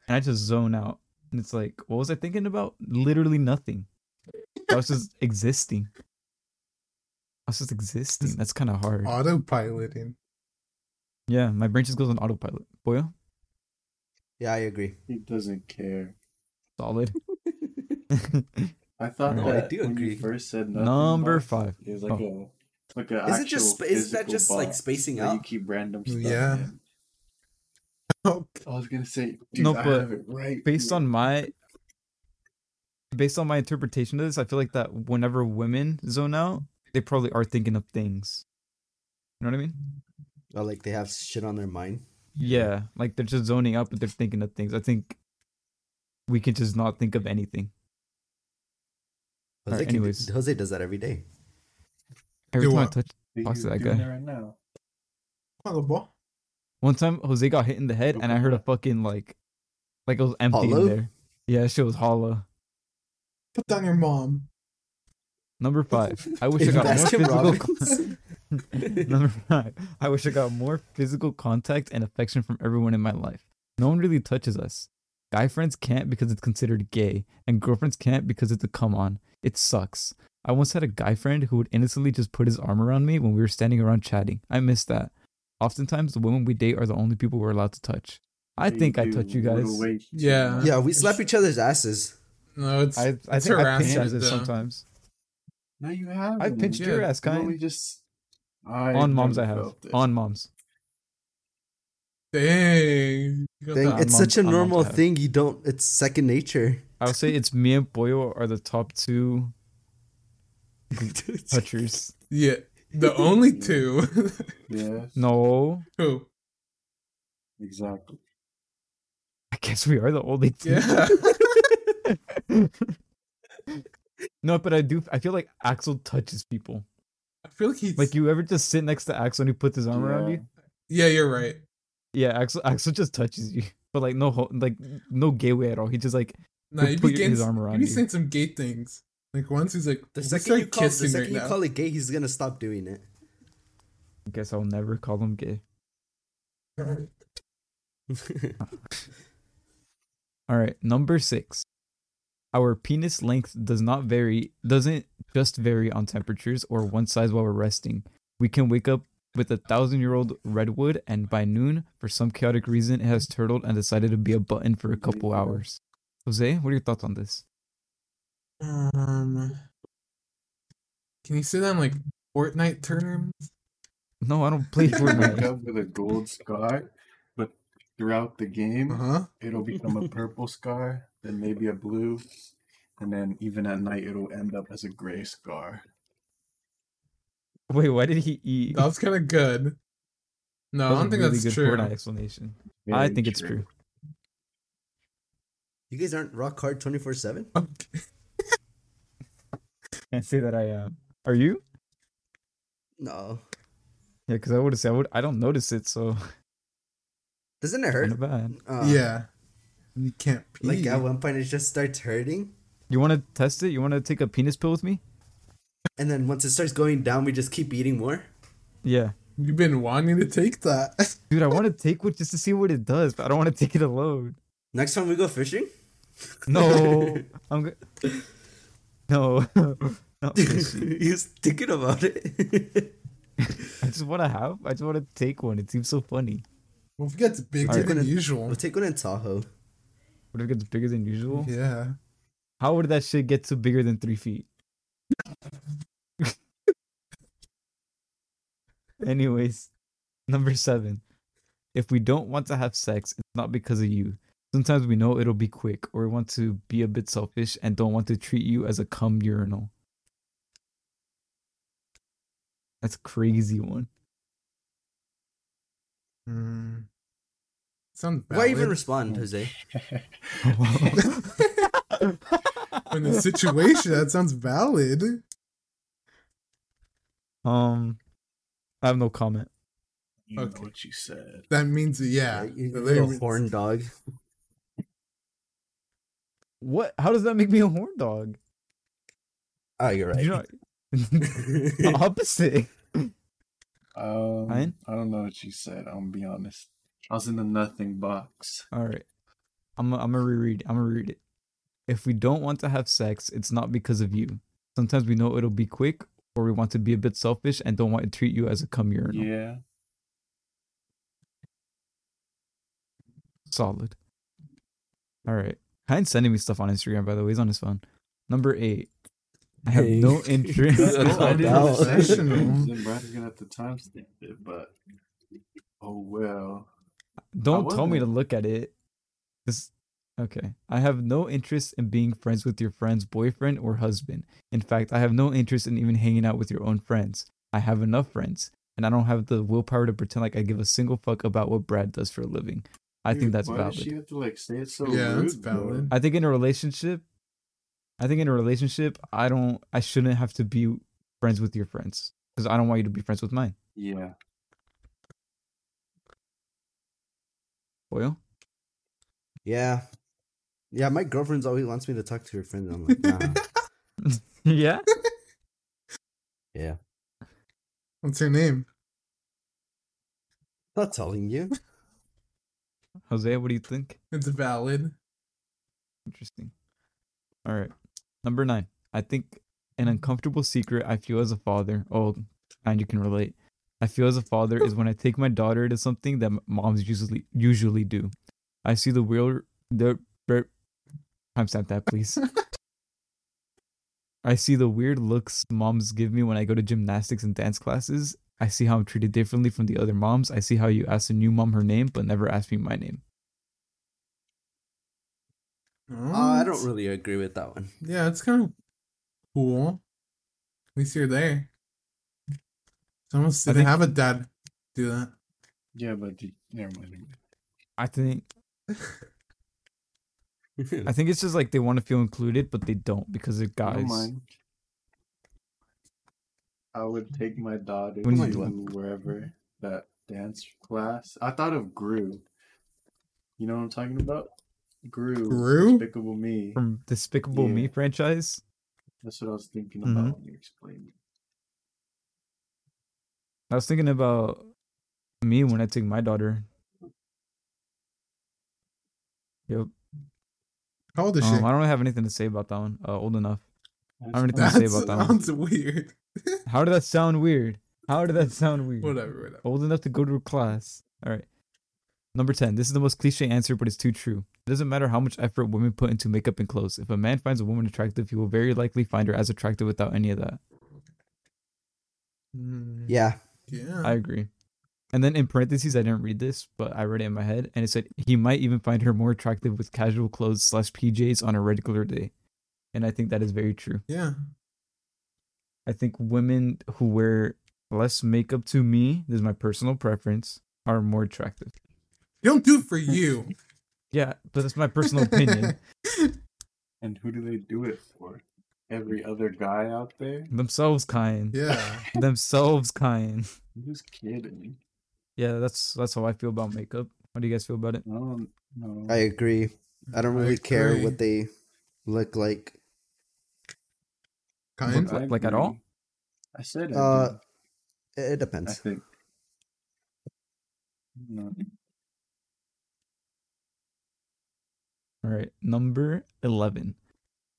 E: and I just zone out. And it's like, what was I thinking about? Literally nothing. I was just existing. I was just existing. That's kind of hard.
C: Autopiloting.
E: Yeah, my brain just goes on autopilot. Boyo,
F: yeah, I agree.
D: He doesn't care.
E: solid.
D: I thought
E: No,
D: that
F: I do
D: when
F: agree.
D: you first said nothing
E: Number
D: box,
E: five. Oh.
D: It was like a like a.
F: Is it just
D: actual
F: sp- is that
D: physical
F: just, like,
D: box
F: spacing
D: that You
F: out?
D: keep random stuff.
C: Yeah.
D: in.
C: Oh,
D: I was gonna say, dude,
E: No,
D: I
E: but
D: have it right
E: based
D: here.
E: on my based on my interpretation of this, I feel like that whenever women zone out, they probably are thinking of things. You know what I mean?
F: Oh, like they have shit on their mind.
E: Yeah, like they're just zoning out, but they're thinking of things. I think we can just not think of anything.
F: Jose,
E: Alright,
F: can do-
E: anyways.
F: Jose does that every day.
E: Every
C: Do
E: time I
C: what?
E: touch,
D: Dude,
E: talk to
D: he's
E: that
D: doing
E: guy.
D: it right now.
C: come on, the ball.
E: one time Jose got hit in the head, and I heard a fucking like, like it was empty
F: Hollow?
E: in there. Yeah, that shit was hollow.
C: Put down your mom.
E: Number five. I wish I
F: If
E: got more
F: that's Tim
E: physical.
F: Robbins.
E: Number five. I wish I got more physical contact and affection from everyone in my life. No one really touches us. Guy friends can't because it's considered gay, and girlfriends can't because it's a come on. It sucks. I once had a guy friend who would innocently just put his arm around me when we were standing around chatting. I miss that. Oftentimes, the women we date are the only people we're allowed to touch. I
D: Hey,
E: think I
D: dude,
E: touch you
D: what a
E: guys.
D: waste.
C: Yeah.
F: yeah, we slap each other's asses.
C: No, it's
E: I, I
C: it's
E: think I pinch
C: harassment,
E: asses
C: though.
E: sometimes.
D: No, you have.
E: I pinched your ass, kind.
D: We just I
E: On moms, I
D: never
E: have.
D: felt it.
E: On moms.
C: Dang. You got
F: Dang,
C: that.
F: it's
E: mom-
F: such a
E: I'm mom
F: normal
E: to have.
F: thing. You don't. It's second nature.
E: I would say it's me and Boyo are the top two touchers.
C: Yeah. The only two. Oh,
D: Yes.
E: No,
C: Who?
D: Exactly.
E: I guess we are the only two.
C: Yeah.
E: No, but I do. I feel like Axel touches people.
C: I feel like he's
E: Like you ever just sit next to Axel and he puts his arm around
D: Yeah.
E: you?
C: Yeah, you're right.
E: Yeah, Axel. Axel just touches you, but like no, ho- like no gay way at all. He just like
C: Nah,
E: He'll
C: he
E: put your-
C: begins.
E: his arm around
C: he be
E: you.
C: saying some gay things. Like once he's like,
F: The
C: we
F: second
C: start
F: you call, the
C: kissing
F: second
C: right
F: you
C: now.
F: call it gay, he's gonna stop doing it.
E: I guess I'll never call him gay. All right, number six. Our penis length does not vary, doesn't just vary on temperatures or one size while we're resting. We can wake up with a thousand year old redwood, and by noon, for some chaotic reason, it has turtled and decided to be a button for a couple hours. Jose, what are your thoughts on this?
C: Um, can you say that in like Fortnite terms?
E: No, I don't play
D: Wake
E: Fortnite.
D: up with a gold scar, but throughout the game,
C: Uh huh.
D: it'll become a purple scar, then maybe a blue, and then even at night, it'll end up as a gray scar.
E: Wait, why did he eat?
C: That was kind of good. No, I
E: That was a
C: don't think
E: really
C: that's
E: good
C: true.
E: Fortnite explanation. I
D: Very
E: think it's true.
F: You guys aren't rock hard twenty four seven.
C: Okay.
E: Can't say that I am. Are you?
F: No,
E: Yeah, because I would have said I would. I don't notice it, so
F: doesn't it
E: kind
F: hurt?
E: of bad.
F: Uh,
C: yeah, you can't pee.
F: Like at one point, it just starts hurting,
E: You want to test it? You want to take a penis pill with me?
F: and then once it starts going down, we just keep eating more.
E: Yeah.
C: You've been wanting to take that.
E: Dude, I want to take one just to see what it does, but I don't want to take it alone.
F: Next time we go fishing,
E: No, I'm go- no, not fishy.
F: he was thinking about it.
E: I just want to have. I just want to take one. It seems so funny.
C: Well, if it gets big,
F: Alright.
C: it's
F: Gonna-
C: unusual.
F: we'll take one in Tahoe.
E: What if it gets bigger than usual?
C: Yeah.
E: How would that shit get to bigger than three feet? Anyways, number seven. If we don't want to have sex, it's not because of you. Sometimes we know it'll be quick or we want to be a bit selfish and don't want to treat you as a cum urinal. That's crazy one.
C: Mm. Sounds bad.
F: Why even respond,
C: in
F: Jose?
C: the situation? That sounds valid.
E: um I have no comment.
G: You
C: Okay.
G: know what you said.
C: That means yeah.
F: you
C: the
F: little
C: lyrics-
F: horn dog.
E: What how does that make me a horn dog?
F: Oh, you're right.
E: You're not the opposite.
D: Um,
E: Ryan?
D: I don't know what you said. I'm gonna be honest. I was in the nothing box.
E: All right. I'm I'm gonna reread. I'm gonna read it. If we don't want to have sex, it's not because of you. Sometimes we know it'll be quick, or we want to be a bit selfish and don't want to treat you as a cum urinal.
D: Yeah.
E: Solid. All right. Heinz sending me stuff on Instagram. By the way, he's on his phone. Number eight. I have
F: Hey.
E: no interest.
F: That's
D: I
F: not
D: didn't
F: out.
D: understand it. Then Brad's gonna have to timestamp it, but oh well.
E: Don't tell me to
D: wasn't.
E: look at it. This okay. I have no interest in being friends with your friend's boyfriend or husband. In fact, I have no interest in even hanging out with your own friends. I have enough friends, and I don't have the willpower to pretend like I give a single fuck about what Brad does for a living. I think
D: Dude,
E: that's
D: why
E: valid.
D: Does she have to like say it so
C: Yeah,
D: rude,
C: that's
D: bro?
C: valid.
E: I think in a relationship, I think in a relationship, I don't, I shouldn't have to be friends with your friends because I don't want you to be friends with mine.
D: Yeah.
E: Boyle.
F: Yeah. Yeah, my girlfriend's always wants me to talk to her friend. And I'm like, nah.
E: yeah.
F: yeah.
C: What's her name?
F: Not telling you.
E: Jose, what do you think?
C: It's valid.
E: Interesting. All right. Number nine. I think an uncomfortable secret I feel as a father. Oh, and you can relate. I feel as a father is when I take my daughter to something that m- moms usually usually do. I see the real the ber- timestamp that please. I see the weird looks moms give me when I go to gymnastics and dance classes. I see how I'm treated differently from the other moms. I see how you ask the new mom her name but never ask me my name.
C: Oh,
F: Uh, I don't really agree with that one.
C: Yeah, it's kind of cool. At least you're there. Someone didn't
E: think-
C: have a dad do that.
D: Yeah, but the, never mind. never mind.
E: I think I think it's just like they want to feel included, but they don't because they're
D: Never
E: guys.
D: mind. I would take my daughter
E: When
F: you
D: to
E: left.
D: wherever that dance class. I thought of Gru. You know what I'm talking about? Gru.
C: Gru?
D: Despicable Me.
E: From Despicable Me
D: Yeah.
E: franchise,
D: That's what I was thinking
E: Mhm.
D: about when you explained. it.
E: I was thinking about me when I took my daughter. Yep.
C: How old is she?
E: Um, I don't really have anything to say about that one. Uh, old enough.
D: That's
E: already
D: fine.
E: what to say
C: That
E: about that one.
C: sounds weird.
E: How did that sound weird? How did that sound weird?
C: Whatever, whatever.
E: old enough to go to a class. All right. Number 10. This is the most cliche answer, but it's too true. It doesn't matter how much effort women put into makeup and clothes. If a man finds a woman attractive, he will very likely find her as attractive without any of that.
C: Mm,
F: Yeah.
C: Yeah.
E: I agree. And then in parentheses, I didn't read this, but I read it in my head, and it said he might even find her more attractive with casual clothes slash PJs on a regular day, and I think that is very true.
C: yeah.
E: I think women who wear less makeup, to me, this is my personal preference, are more attractive.
C: You don't do it for you.
E: Yeah, but that's my personal opinion.
D: And who do they do it for? Every other guy out there?
E: Themselves kind.
C: yeah.
E: Themselves kind.
D: I'm just kidding.
E: Yeah, that's that's how I feel about makeup. How do you guys feel about it?
D: I don't know.
F: I agree. I don't
C: I
F: really care
C: agree.
F: what they look like.
C: Kind.
E: Look like at
D: agree.
E: all?
D: I said I
F: Uh,
D: did,
F: It it
D: I
F: depends.
D: think. No.
E: All All right, number 11.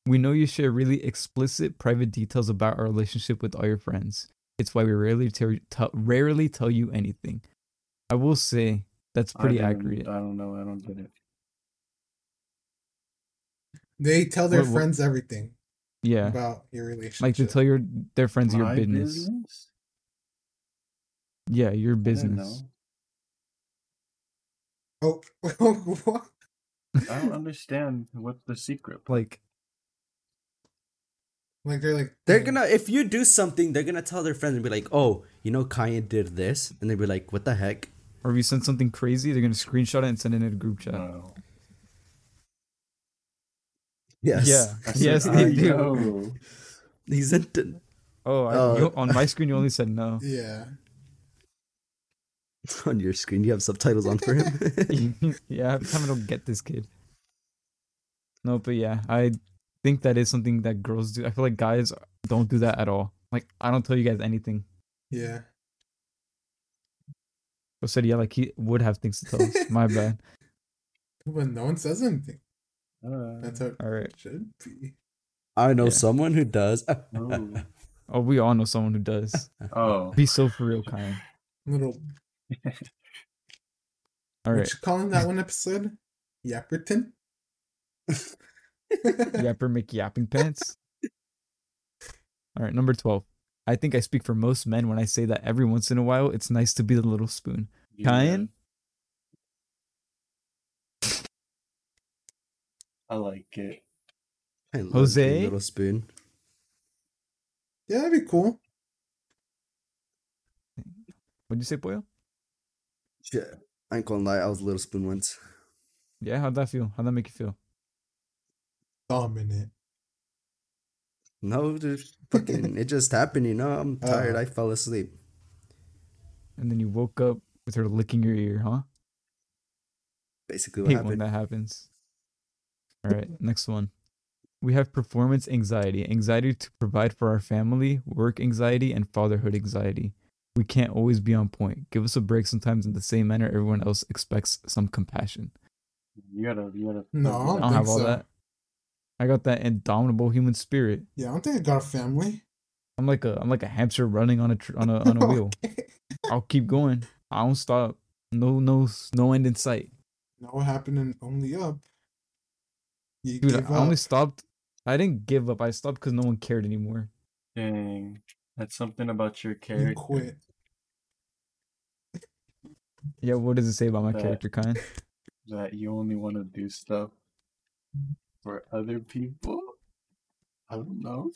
E: We know you share really explicit private details about our relationship with all your friends. It's why we rarely tell tell- rarely tell you anything. I will say that's
D: I
E: pretty
D: didn't-
E: accurate.
D: I don't know. I don't get it.
C: They tell their
E: What- what-
C: friends everything
E: yeah.
C: about your relationship.
E: Like to tell your their friends your
D: My
E: business. Yeah, your
D: I didn't
E: business.
D: know.
C: Oh, what?
D: I don't understand what's the secret.
E: Like
C: Like they're like
F: They're
C: "Mm,
F: gonna if you do something, they're gonna tell their friends and be like, "Oh, you know, Kanye did this," and they'd be like, "What the heck?"
E: or if you send something crazy, they're gonna screenshot it and send it in a group chat.
D: No.
F: Yes.
E: Yeah. yes, they do.
D: do.
F: He's in. the-
E: Oh, I,
F: Uh,
E: you- on my screen you only said no.
C: Yeah.
F: on your screen. You have subtitles on for him.
E: yeah, I kind of don't get this kid. No, but yeah, I think that is something that girls do. I feel like guys don't do that at all. Like I don't tell you guys anything.
C: Yeah.
E: I said yeah, like he would have things to tell us. My bad.
C: But no one says anything.
D: Uh,
C: That's how it
E: All right.
C: should be.
F: I know
E: Yeah.
F: someone who does. Ah,
D: no.
E: Oh, we all know someone who does.
D: Oh.
E: Be so for real, kind.
C: Little
E: All
C: what
E: right.
C: you calling that one episode? Yapperton?
E: Yapper McYapping Pants. All right, number 12. I think I speak for most men when I say that every once in a while it's nice to be the little spoon. Kyan?
D: I like it.
F: I love
E: Jose?
F: being Little Spoon.
C: Yeah, that'd be cool.
E: What'd you say, Boyle?
F: Yeah, I ain't gonna lie. I was a Little Spoon once.
E: Yeah, how'd that feel? How'd that make you feel?
C: Dominant.
F: No, dude, fucking, it just happened. You know, I'm tired.
C: Uh.
F: I fell asleep.
E: And then you woke up with her licking your ear, huh?
F: Basically, what
E: Hate when
F: happened.
E: that happens. All right, next one. We have performance anxiety, anxiety to provide for our family, work anxiety, and fatherhood anxiety. We can't always be on point. Give us a break sometimes in the same manner everyone else expects some compassion.
D: You gotta, you gotta.
C: No, I
D: you gotta-
E: I don't
C: think
E: have all
C: so.
E: that. I got that indomitable human spirit.
C: Yeah, I don't think I got a family.
E: I'm like a I'm like a hamster running on a tr- on a on a wheel. I'll keep going. I don't stop. No no no end in sight.
C: Not what happened in Only Up. You
E: Dude,
C: gave
E: I only
C: up.
E: stopped. I didn't give up. I stopped because no one cared anymore.
D: Dang, that's something about your character.
C: You quit.
E: Yeah, what does it say about my
D: That-
E: character, kind?
D: that you only want to do stuff for other people. I don't know.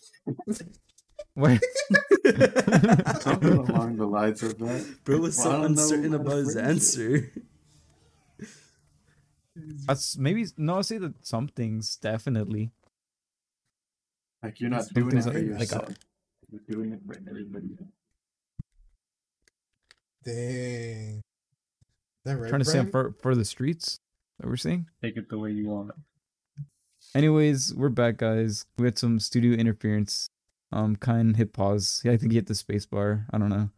E: Wait.
D: Something along the lines of that.
F: Bro was
D: Well, I
F: so
D: don't know
F: uncertain
D: how to
F: about his
D: phrase it.
F: answer.
E: That's maybe no. I'll say that some things definitely.
D: Like you're not
E: Some
D: doing it
E: things
D: for
E: are- like, uh,
D: yourself. you're doing it for everybody. else.
C: Dang. Is that right?
E: trying to say I'm
C: Brian?
E: for for the streets that we're seeing.
D: Take it the way you want. it.
E: Anyways, we're back, guys. We had some studio interference. Um, kind hit pause. Yeah, I think he hit the space bar. I don't know.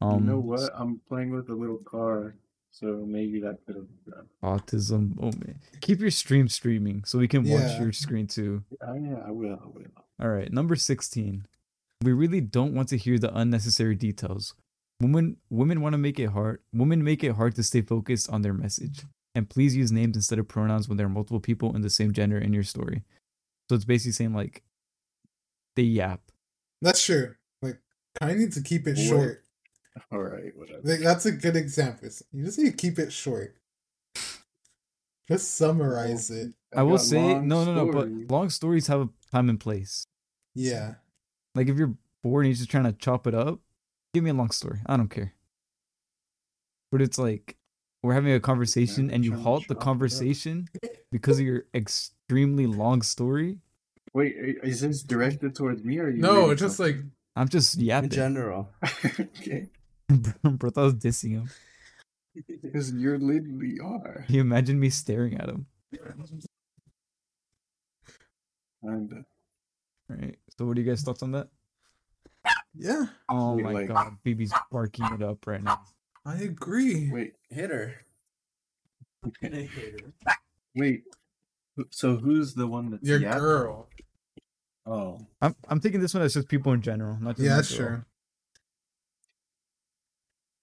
E: Um,
D: you know what? I'm playing with a little car, so maybe that could have been done.
E: Autism. Oh man, keep your stream streaming so we can watch
C: Yeah.
E: your screen too.
D: Oh, yeah, I will. I will.
E: All right, number 16. We really don't want to hear the unnecessary details. Women women want to make it hard. Women make it hard to stay focused on their message. And please use names instead of pronouns when there are multiple people in the same gender in your story. So it's basically saying like they yap.
C: That's true. Like, kind of need to keep it
D: What?
C: short.
D: All right, whatever.
C: Like, that's a good example. You just need to keep it short. Just summarize it.
E: I will
D: got
E: say
D: long
E: no no no,
D: stories.
E: but long stories have a time and place.
C: Yeah.
E: Like if you're bored and you're just trying to chop it up, give me a long story. I don't care. But it's like we're having a conversation and you
D: trying to
E: halt the
D: chop it up.
E: conversation because of your extremely long story.
D: Wait, i- is this directed towards me or are you?
C: No,
D: reading
C: it's just like,
E: I'm just
F: In
E: yapping.
F: general,
D: something? okay,
E: Bro, I was dissing him.
D: because you literally are.
E: Can you imagine me staring at him?
D: And uh,
E: Right. So what are you guys thoughts on that?
C: yeah,
E: Oh
D: Wait,
E: my
D: like-
E: god, BB's barking it up right now.
C: I agree.
D: wait,
F: hit her.
D: wait. Who- So who's the one that's
C: Your
D: yapping?
C: girl.
D: Oh,
E: I'm I'm thinking this one is just people in general, not just
C: Yeah,
E: my
C: that's
E: girl.
C: true.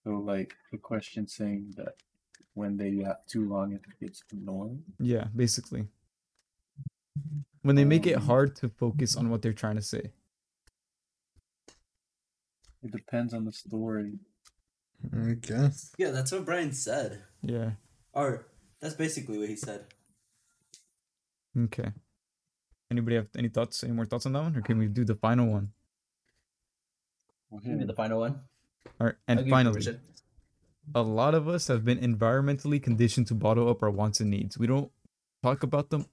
D: so like the question saying that when they yap too long, it gets annoying.
E: Yeah, basically. When they make it
D: Um,
E: hard to focus on what they're trying to say.
D: It depends on the story.
C: I guess.
F: Yeah, that's what Brian said.
E: Yeah.
F: Or that's basically what he said.
E: Okay. Anybody have any thoughts? Any more thoughts on that one, or can we do the final one?
D: Well,
F: Give me
D: here,
F: the final one.
E: All right,
F: I'll give
E: and
F: you
E: finally,
F: permission.
E: a lot of us have been environmentally conditioned to bottle up our wants and needs. We don't talk about them.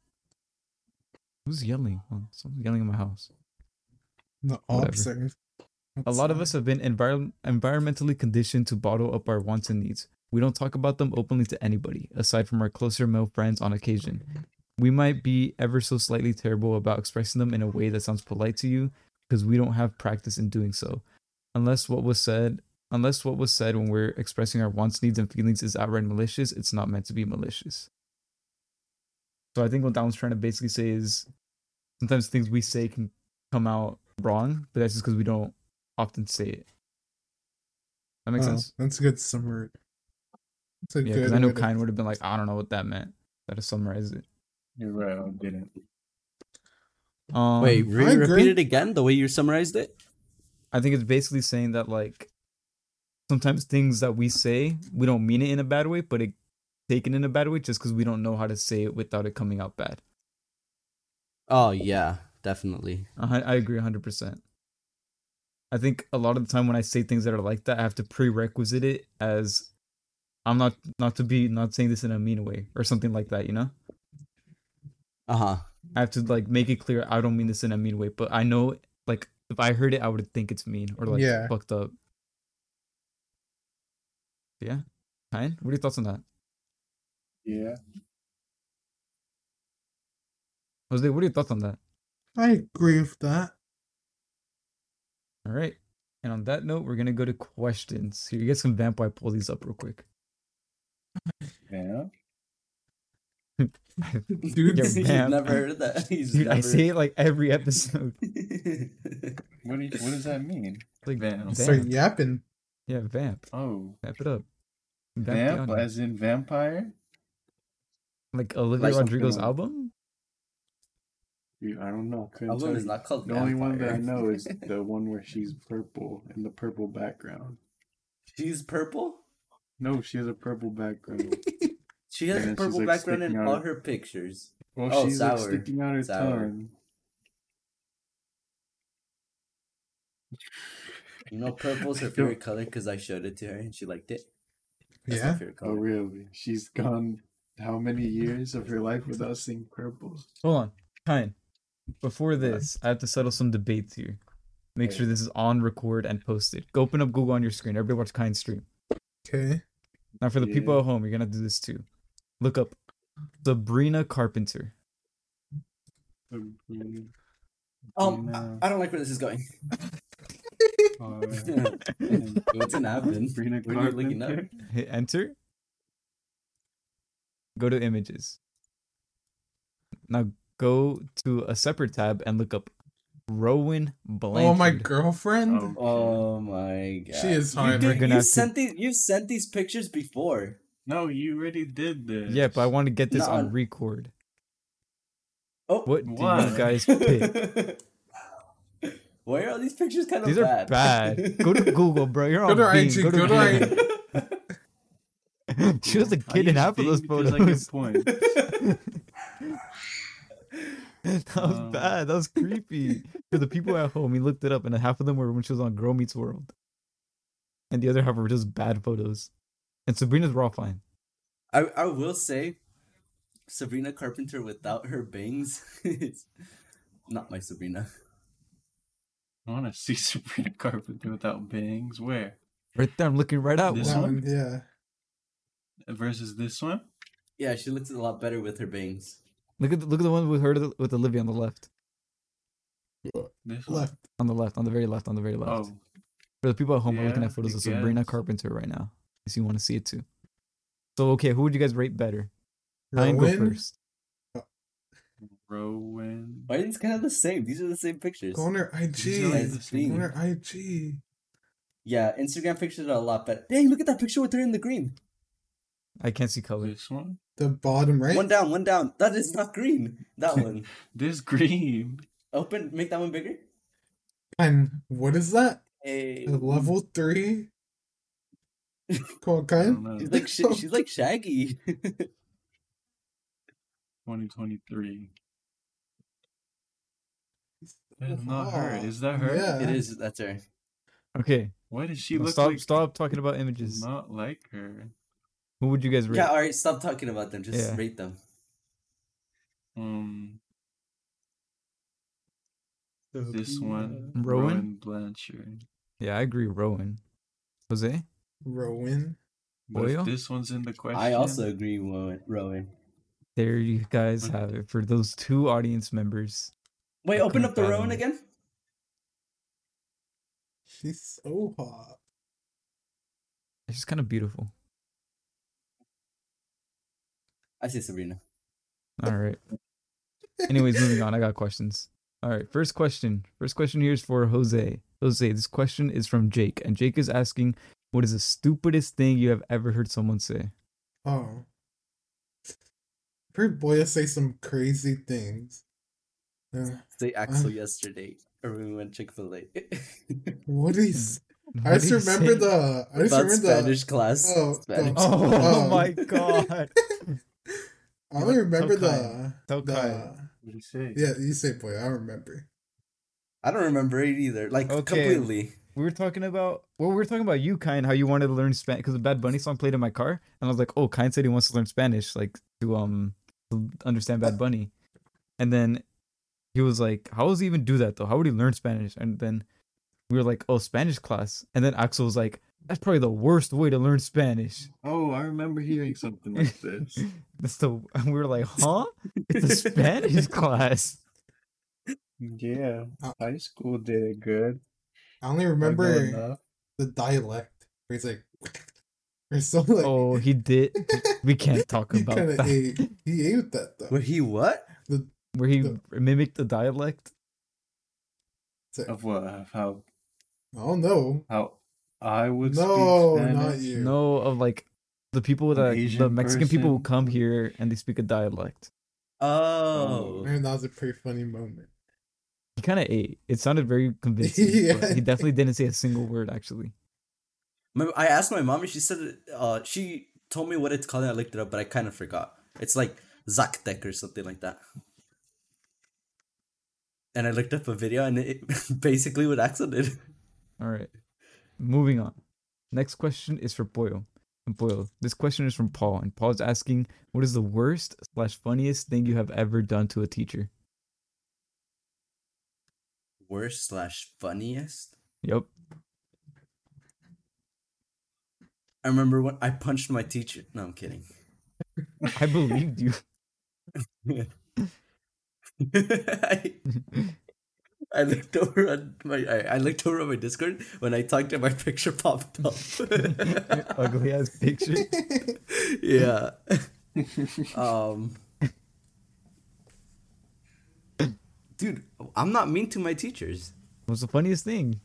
E: Who's yelling? Oh, someone's yelling in my house.
C: The
E: Whatever.
C: opposite.
E: A lot of us have been envir- environmentally conditioned to bottle up our wants and needs. We don't talk about them openly to anybody, aside from our closer male friends on occasion. We might be ever so slightly terrible about expressing them in a way that sounds polite to you because we don't have practice in doing so. Unless what was said, unless what was said when we're expressing our wants, needs, and feelings is outright malicious, it's not meant to be malicious. So I think what Donald's trying to basically say is sometimes things we say can come out wrong, but that's just because we don't often say it. That makes sense.
C: That's a good summary. That's a
E: Yeah,
C: good
E: because I know
C: way to-
E: Kine would have been like, I don't know what that meant. That to summarize it.
D: you're right. I didn't.
E: Um,
F: Wait, re-
C: I agree.
F: repeat it again the way you summarized it?
E: I think it's basically saying that like sometimes things that we say we don't mean it in a bad way, but it taken in a bad way just because we don't know how to say it without it coming out bad.
F: Oh yeah, definitely.
E: A hun- I agree 100%. I think a lot of the time when I say things that are like that, I have to prerequisite it as I'm not not to be not saying this in a mean way or something like that, you know?
F: Uh-huh.
E: I have to like make it clear I don't mean this in a mean way, but I know like if I heard it, I would think it's mean or like
C: Yeah.
E: fucked up. Yeah, Kyan, what are your thoughts on that?
D: Yeah,
E: Jose, what are your thoughts on that?
C: I agree with that.
E: All right, and on that note, we're gonna go to questions. Here, you guys can vampire pull these up real quick.
D: yeah.
C: Dude,
E: Yeah,
F: He's
E: man.
F: never heard of that. He's
E: Dude,
F: never...
E: I say it like every episode.
D: What do you, what does that mean?
E: Like
D: Vamp.
E: vamp.
C: start yapping.
E: Yeah, vamp.
D: Oh,
E: Vamp it up. Vamp the
D: vamp
E: audience.
D: as in vampire?
E: like Olivia
F: Like something
E: Rodrigo's
D: like-
E: album.
D: Dude, I don't know. couldn't
F: album
D: tell
F: is
D: you.
F: not called
D: The only one that I
F: Vampire.
D: know is the one where she's purple in the purple background.
F: She's purple?
D: No, she has a purple background.
F: She has
D: And
F: a
D: she's,
F: purple
D: like,
F: background in
D: sticking out
F: all
D: her-
F: her pictures.
D: Well,
F: Oh,
D: she's like
F: sour.
D: sticking out her
F: Sour.
D: tongue.
F: You know, purple's her favorite color because I showed it to her and she liked it. That's her
C: Yeah.
F: favorite
D: Oh,
F: color.
D: really? She's gone how many years of her life without seeing purple?
E: Hold on, Kyan. Before this, I have to settle some debates here. Make sure this is on record and posted. Go open up Google on your screen. Everybody watch Kyan's stream.
C: Okay.
E: Now, for the people
D: Yeah.
E: at home, you're gonna do this too. Look up Sabrina Carpenter.
F: Um,
D: Sabrina-
F: I, I don't like where this is going.
D: uh,
F: What's an happen?
D: Sabrina
F: What are you looking up?
D: Carpenter?
E: Hit enter. Go to images. Now go to a separate tab and look up Rowan Blanchard.
C: Oh, my girlfriend?
D: Oh,
F: Oh my god.
C: She is
F: You
C: hard.
F: did-
E: We're gonna
F: you
E: have to-
F: sent these. You sent these pictures before.
D: No, you already did this.
E: Yeah, but I want to get this on
F: Nah.
E: record.
F: Oh,
E: What do
D: Why?
E: you guys pick?
F: Why are all these pictures kind of
E: These are
F: bad?
E: bad. Go to Google, bro. You're
C: Go
E: on
C: to
E: Bing.
C: IG,
E: Go to,
C: go to
E: Bing.
C: IG.
E: She was a
D: I
E: kid in
D: used
E: half of those
D: Bing because I get
E: photos.
D: points.
E: that was
D: Um.
E: bad. That was creepy. For the people at home, he looked it up, and half of them were when she was on Girl Meets World, and the other half were just bad photos. And Sabrina's raw fine.
F: I I will say, Sabrina Carpenter without her bangs is not my Sabrina.
D: I want to see Sabrina Carpenter without bangs. Where?
E: Right there, I'm looking right at
D: This
E: one.
C: That
D: one?
C: one, yeah.
D: Versus this one?
F: Yeah, she looks a lot better with her bangs.
E: Look at the, look at the one with her with Olivia on the left,
D: This one?
C: Left.
E: on the left, on the very left, on the very left.
D: Oh,
E: For the people at home, we're looking
D: Yeah,
E: at photos
D: I
E: of Sabrina
D: guess.
E: Carpenter right now. If you want to see it too. So okay, who would you guys rate better? Ryan, go
C: Rowan?
E: first.
D: Rowan.
H: Why are these kind of the same? These are the same pictures.
C: Go on her
D: These are like
C: IG.
H: the
C: Go
H: same.
C: on her IG.
H: Yeah, Instagram pictures are a lot better. Dang, look at that picture with her in the green.
E: I can't see color.
D: This one?
C: The bottom right.
H: One down, one down. That is not green. That one.
D: This green.
H: Open, make that one bigger.
C: And what is that?
H: Hey.
C: A level three. Come on,
D: I
C: Kai.
D: don't know.
H: She's like sh- she's like Shaggy.
D: 2023.
C: so
D: That's not her.
C: far.
D: Is that her?
C: Yeah.
H: it is. That's her.
E: Okay,
D: Why does she
E: now
D: look
E: stop
D: like
E: stop talking about images.
D: not like her?
E: Who would you guys rate?
H: Yeah. All right. Stop talking about them. Just
E: Yeah.
H: rate them.
D: Um, this one,
E: Rowan?
D: Blanchard.
E: Yeah, I agree. Rowan, Jose.
C: Rowan.
D: But if
E: Boyle?
D: this one's in the question.
H: I also agree, Wo- Rowan.
E: There you guys have it for those two audience members.
H: Wait,
E: I
H: open
E: couldn't
H: up the Rowan
E: fathom it.
H: again.
C: She's so hot.
E: It's just kind of beautiful.
H: I see Sabrina.
E: All right. Anyways, moving on. I got questions. All right. First question. First question here is for Jose. Jose, this question is from Jake, and Jake is asking, "What is the stupidest thing you have ever heard someone say?"
C: Oh. I've heard Boya say some crazy things. Uh,
H: Say Axel yesterday, or when we went Chick Fil A.
C: what is? I
E: Hmm. What
C: just
E: do you
C: remember
E: say?
C: the. I just
H: About
C: remember the.
H: Spanish class.
C: oh, the-
H: Spanish.
C: Oh.
E: Oh my god.
C: I only
E: Yeah,
C: remember
E: Tokai.
C: the.
E: Tokai.
C: the
D: What do you say?
C: yeah, you say Boya. I don't remember.
H: I don't remember it either. Like
E: Okay.
H: completely.
E: we were talking about well, we were talking about you, Kine, how you wanted to learn Spanish because the Bad Bunny song played in my car, and I was like, "Oh, Kine said he wants to learn Spanish, like to um to understand Bad Bunny," and then he was like, "How does he even do that though? How would he learn Spanish?" And then we were like, "Oh, Spanish class," and then Axel was like, "That's probably the worst way to learn Spanish."
D: Oh, I remember hearing something like this.
E: That's the and we were like, "Huh? It's a Spanish class."
D: yeah,
C: Uh,
D: high school did it good.
C: I only
D: I got
C: remember
D: enough.
C: the dialect. Where he's like, or something like.
E: Oh, he did. We can't talk
C: he
E: about
C: kinda
E: that.
C: Ate, he ate that though.
H: Wait, he what?
E: Where he
C: the-
E: mimicked the dialect.
C: It's like,
D: of what? Of how?
C: I don't know.
D: How? I would
C: No,
D: speak
C: not
D: Spanish.
C: you.
E: No, of like the people
D: An
E: that the
D: Asian
E: Mexican people who
D: person?
E: come here and they speak a dialect.
H: Oh.
C: Man, that was a pretty funny moment.
E: He kind of ate. It sounded very convincing. but
C: Yeah.
E: he definitely didn't say a single word actually.
H: My- I asked my mom and she said it- uh she told me what it's called and I looked it up, but I kind of forgot. It's like Zaktek or something like that. And I looked up a video and it basically what Axel did.
E: All right, moving on. Next question is for Boyle. And Boyle, this question is from Paul, and Paul's asking, "What is the worst slash funniest thing you have ever done to a teacher?"
H: Worst slash funniest.
E: Yep.
H: I remember when I punched my teacher. No, I'm kidding.
E: I believed you.
H: I, I looked over on my I, I looked over on my Discord when I talked and my picture popped up.
E: Ugly ass picture.
H: yeah. um Dude, I'm not mean to my teachers.
E: What's the funniest thing?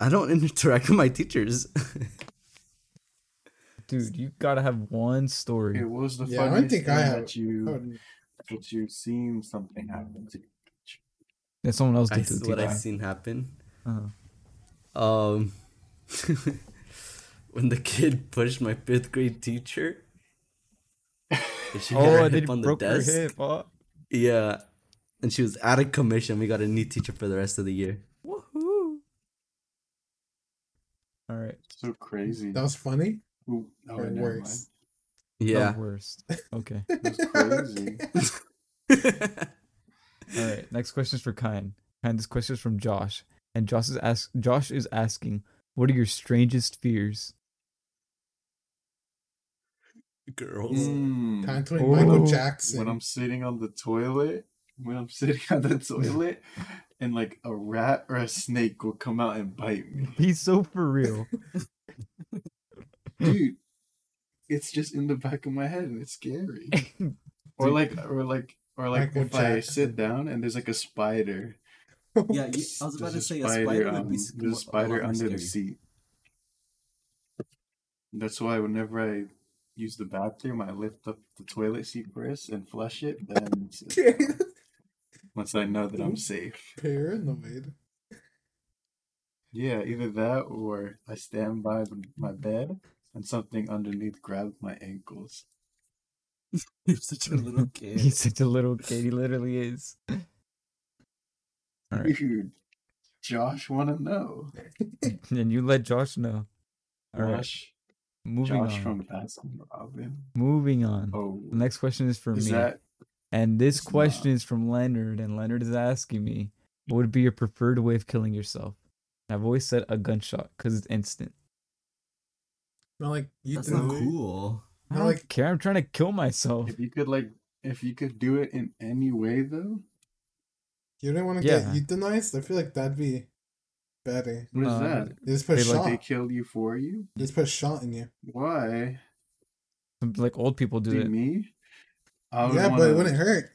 H: I don't interact with my teachers.
E: Dude, you gotta have one story.
D: It was the
C: Yeah, I
D: funniest
C: think
D: thing
C: I have-
D: that you
C: I would-
D: that you've seen something happen to.
E: That someone else
H: I,
E: did to the
H: what I've
E: teacher.
H: seen happen.
E: Uh-huh.
H: Um, when the kid pushed my fifth grade teacher, and she hit
E: Oh,
H: her
E: and then
H: hip
E: you
H: on the
E: broke her
H: desk.
E: hip. Oh. huh?
H: Yeah, and she was out of commission. We got a new teacher for the rest of the year.
E: Woohoo! All right.
D: So crazy.
C: That was funny.
D: Ooh, oh,
C: or
D: never
C: worse.
E: The
H: Yeah.
E: worst. Okay.
D: Mind. That's crazy.
E: All right. Next question is for Kyan. Kyan, this question is from Josh, and Josh is ask Josh is asking, "What are your strangest fears?"
H: Girls.
D: Mm.
C: Kind of like Michael
E: Oh,
C: Jackson.
D: when I'm sitting on the toilet, when I'm sitting on the toilet, and like a rat or a snake will come out and bite me,
E: He's so for real.
D: dude. it's just in the back of my head and it's scary. or like or like or like
C: Michael
D: if I
C: Jackson.
D: sit down and there's like a spider.
F: Yeah, you, I was about to
D: There's
F: say a spider would
D: um,
F: be sc-
D: there's a
F: a lot
D: spider
F: more
D: under the
F: scary.
D: seat. That's why whenever I use the bathroom, I lift up the toilet seat first and flush it. Then sit down, once I know that I'm safe,
C: Paranoid.
D: yeah, either that or I stand by the, my bed and something underneath grabs my ankles.
F: You're such a little kid.
E: He's such a little kid. He literally is. Alright.
D: Dude, Josh, want to know?
E: and you let Josh know. All right.
D: Josh,
E: Moving
D: Josh
E: on.
D: from Baskin Robin.
E: Moving on.
D: Oh,
E: The next question is for
D: is
E: me.
D: that
E: And this
D: It's
E: question
D: not.
E: is from Leonard, and Leonard is asking me, what would be your preferred way of killing yourself? And I've always said a gunshot because it's instant.
C: Not like you
F: That's not
C: do it.
F: cool.
E: I
C: Not
E: don't
C: like-
E: care. I'm trying to kill myself.
D: if you could like if you could do it in any way though?
C: You don't want to
E: Yeah.
C: get euthanized. I feel like that'd be better.
D: What is
E: Uh,
D: that?
C: They just put
E: They,
C: a
E: like,
C: shot.
D: They kill you for you?
C: They just put a shot in you.
D: Why?
E: Like old people do
D: Do
E: it.
D: me? I would
C: yeah, but
D: wanna
C: it wouldn't hurt.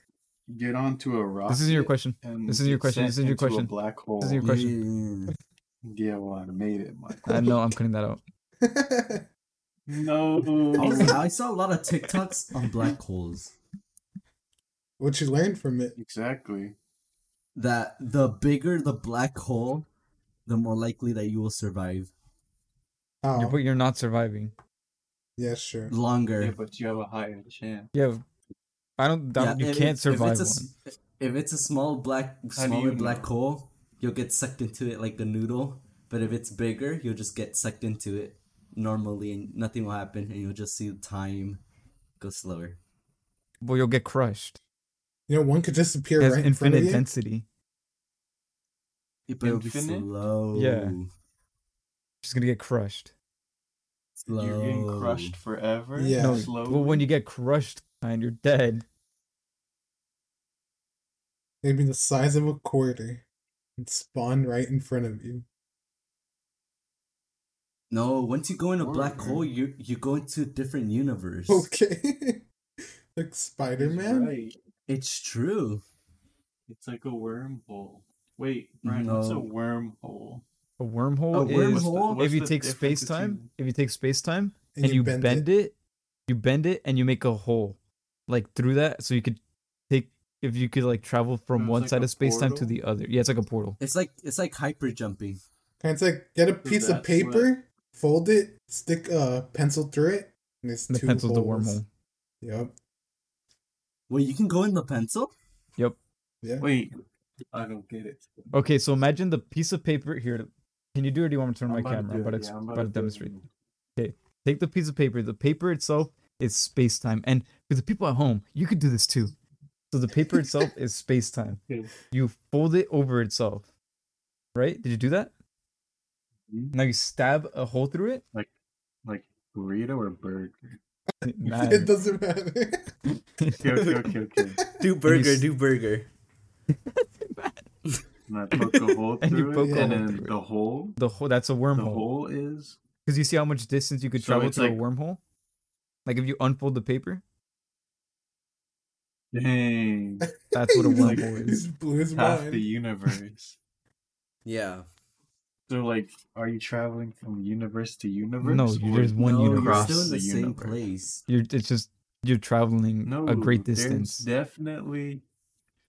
D: Get onto a rocket.
E: This is your question.
D: and
E: This is your
D: get
E: question. This
D: sent
E: is your
D: into a
E: question.
D: black hole.
E: This
C: Oh,
E: is your question.
D: Yeah, well, I made it, Michael.
E: I know I'm cutting that out.
F: I, was-
D: No.
F: I saw a lot of TikToks on black holes
C: what you learn from it.
D: exactly.
F: that the bigger the black hole, the more likely that you will survive
C: Oh,
E: Yeah, But you're not surviving.
C: yeah, sure.
F: longer.
D: Yeah, but you have a higher chance.
E: Yeah. I don't doubt
F: Yeah,
E: you
F: if it-
E: can't survive
F: if
E: one.
F: it's, a, s- if it's a small black,
D: How do you
F: smaller black
D: know?
F: hole, you'll get sucked into it like the noodle. But if it's bigger, you'll just get sucked into it normally, and nothing will happen, and you'll just see time go slower.
E: Well, you'll get crushed.
C: You know, one could just appear
E: It has
C: right in front
E: infinite
C: of you.
E: density.
F: But it'll be
D: Infinite?
C: Oh.
F: slow.
E: Yeah. She's gonna get crushed.
F: slow.
D: You're getting crushed forever.
C: Yeah.
E: No,
D: slowly.
E: well,
C: Oh.
E: when you get crushed, and you're dead.
C: They'd be the size of a quarter and spawn right in front of you.
F: No, once you go in a black
D: Word.
F: hole, you you go into a different universe.
C: Okay. like Spider
D: He's
C: Man?
D: right.
F: It's true.
D: It's like a wormhole. Wait, Brian, what's a
F: No.
D: wormhole?
E: A wormhole,
F: A
E: is
F: wormhole? What's the-
E: if
D: what's
E: you
D: the
E: take
D: difference
E: space time.
D: between-
E: If you take space time and, you bend, it. you bend it and you make a hole, like through that, so you could take if you could like travel from
D: it's
E: one
D: like
E: side
D: a
E: of space time to
D: portal?
E: the other. Yeah, it's like a portal.
F: It's like it's like hyper jumping.
C: Kind of like get a piece of
D: that's
C: paper, fold it, stick a pencil through it, and it's
E: And the
C: two
E: pencil's the
C: holes.
E: wormhole.
C: Yep.
F: Well, you can go in the pencil.
E: Yep.
C: Yeah.
D: Wait, I don't get it.
E: Okay, so imagine the piece of paper here. Can you do it? Or do you want me to turn
D: I'm
E: my
D: about to
E: camera?
D: do
E: I'm about to,
D: it,
E: ex-
D: yeah, I'm
E: about
D: about to
E: to
D: do it.
E: demonstrate. Take the piece of paper. The paper itself is space time, and for the people at home, you could do this too. So the paper itself is space time.
D: Okay.
E: You fold it over itself, right? Did you do that?
D: Mhm.
E: Now you stab a hole through it.
D: Like burrito or burger?
E: Nah.
C: It doesn't matter.
D: Okay, okay, okay, okay.
F: Do
E: burger,
F: do burger.
D: And I poke a hole
E: And you
D: through
E: poke
D: it,
E: a
D: and
E: hole
D: then
E: through it.
D: the hole.
E: the hole that's a
D: The
E: wormhole
D: hole is
E: because you see how much distance you could
D: So
E: travel
D: it's
E: through a
D: like-
E: wormhole. Like if you unfold the paper,
D: dang
E: that's what a
C: He just-
E: wormhole
C: he
E: is.
C: just blew his
D: half
C: mind.
D: the universe.
F: Yeah.
D: So like, are you traveling from universe to universe?
E: No, you
D: or
E: there's one
F: no,
E: universe.
F: you're
D: across
F: still in the,
D: the
F: same
D: universe.
F: place.
E: You're it's just you're traveling
D: No,
E: a great
D: there's
E: distance.
D: definitely,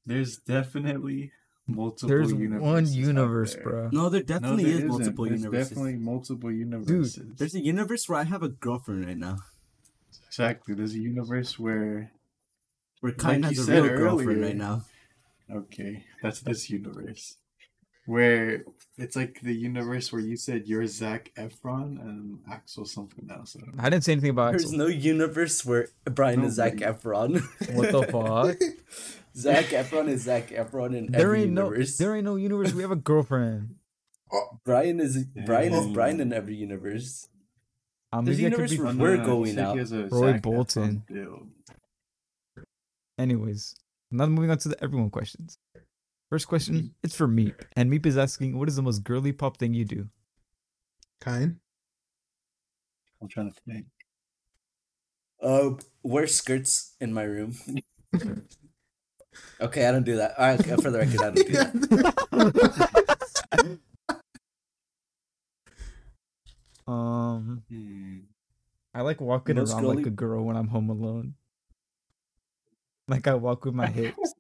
D: there's definitely multiple.
E: There's one
D: universes out
E: universe,
D: there.
E: bro.
F: No, there definitely
D: there
F: is
D: isn't.
F: multiple
D: There's
F: universes.
D: Definitely multiple universes.
F: There's a universe where I have a girlfriend right now.
D: exactly. There's a universe where.
F: Where Kyan
D: you
F: has a
D: said
F: real girlfriend
D: earlier.
F: right now.
D: Okay, that's this universe, where it's like the universe where you said you're Zach Efron and Axel something else. I don't know.
E: I didn't say anything about
F: There's
E: Axel.
F: no universe where Brian is Zach
D: Nobody.
F: Efron.
E: what the fuck?
F: Zach Efron is Zach Efron in
E: there
F: every
E: ain't
F: universe.
E: no there ain't no universe. We have a girlfriend.
F: Brian is Brian is
D: Damn.
F: Brian in every universe.
E: Um,
F: There's
E: maybe I could
F: universe
E: be.
F: where-
D: Oh,
F: We're
D: you
F: going
D: said he
F: out.
D: has a
E: Roy
D: Zac Efron
E: Bolton.
D: build.
E: Anyways, now moving on to the everyone questions. First question, it's for Meep, and Meep is asking, "What is the most girly pop thing you do?"
C: Kind.
D: I'm trying to think.
F: Uh, wear skirts in my room. okay, I don't do that. All right, okay, for the record, I don't do that.
E: Um,
D: Hmm.
E: I like walking
F: Most
E: around like
F: girly-
E: a girl when I'm home alone. Like I walk with my hips.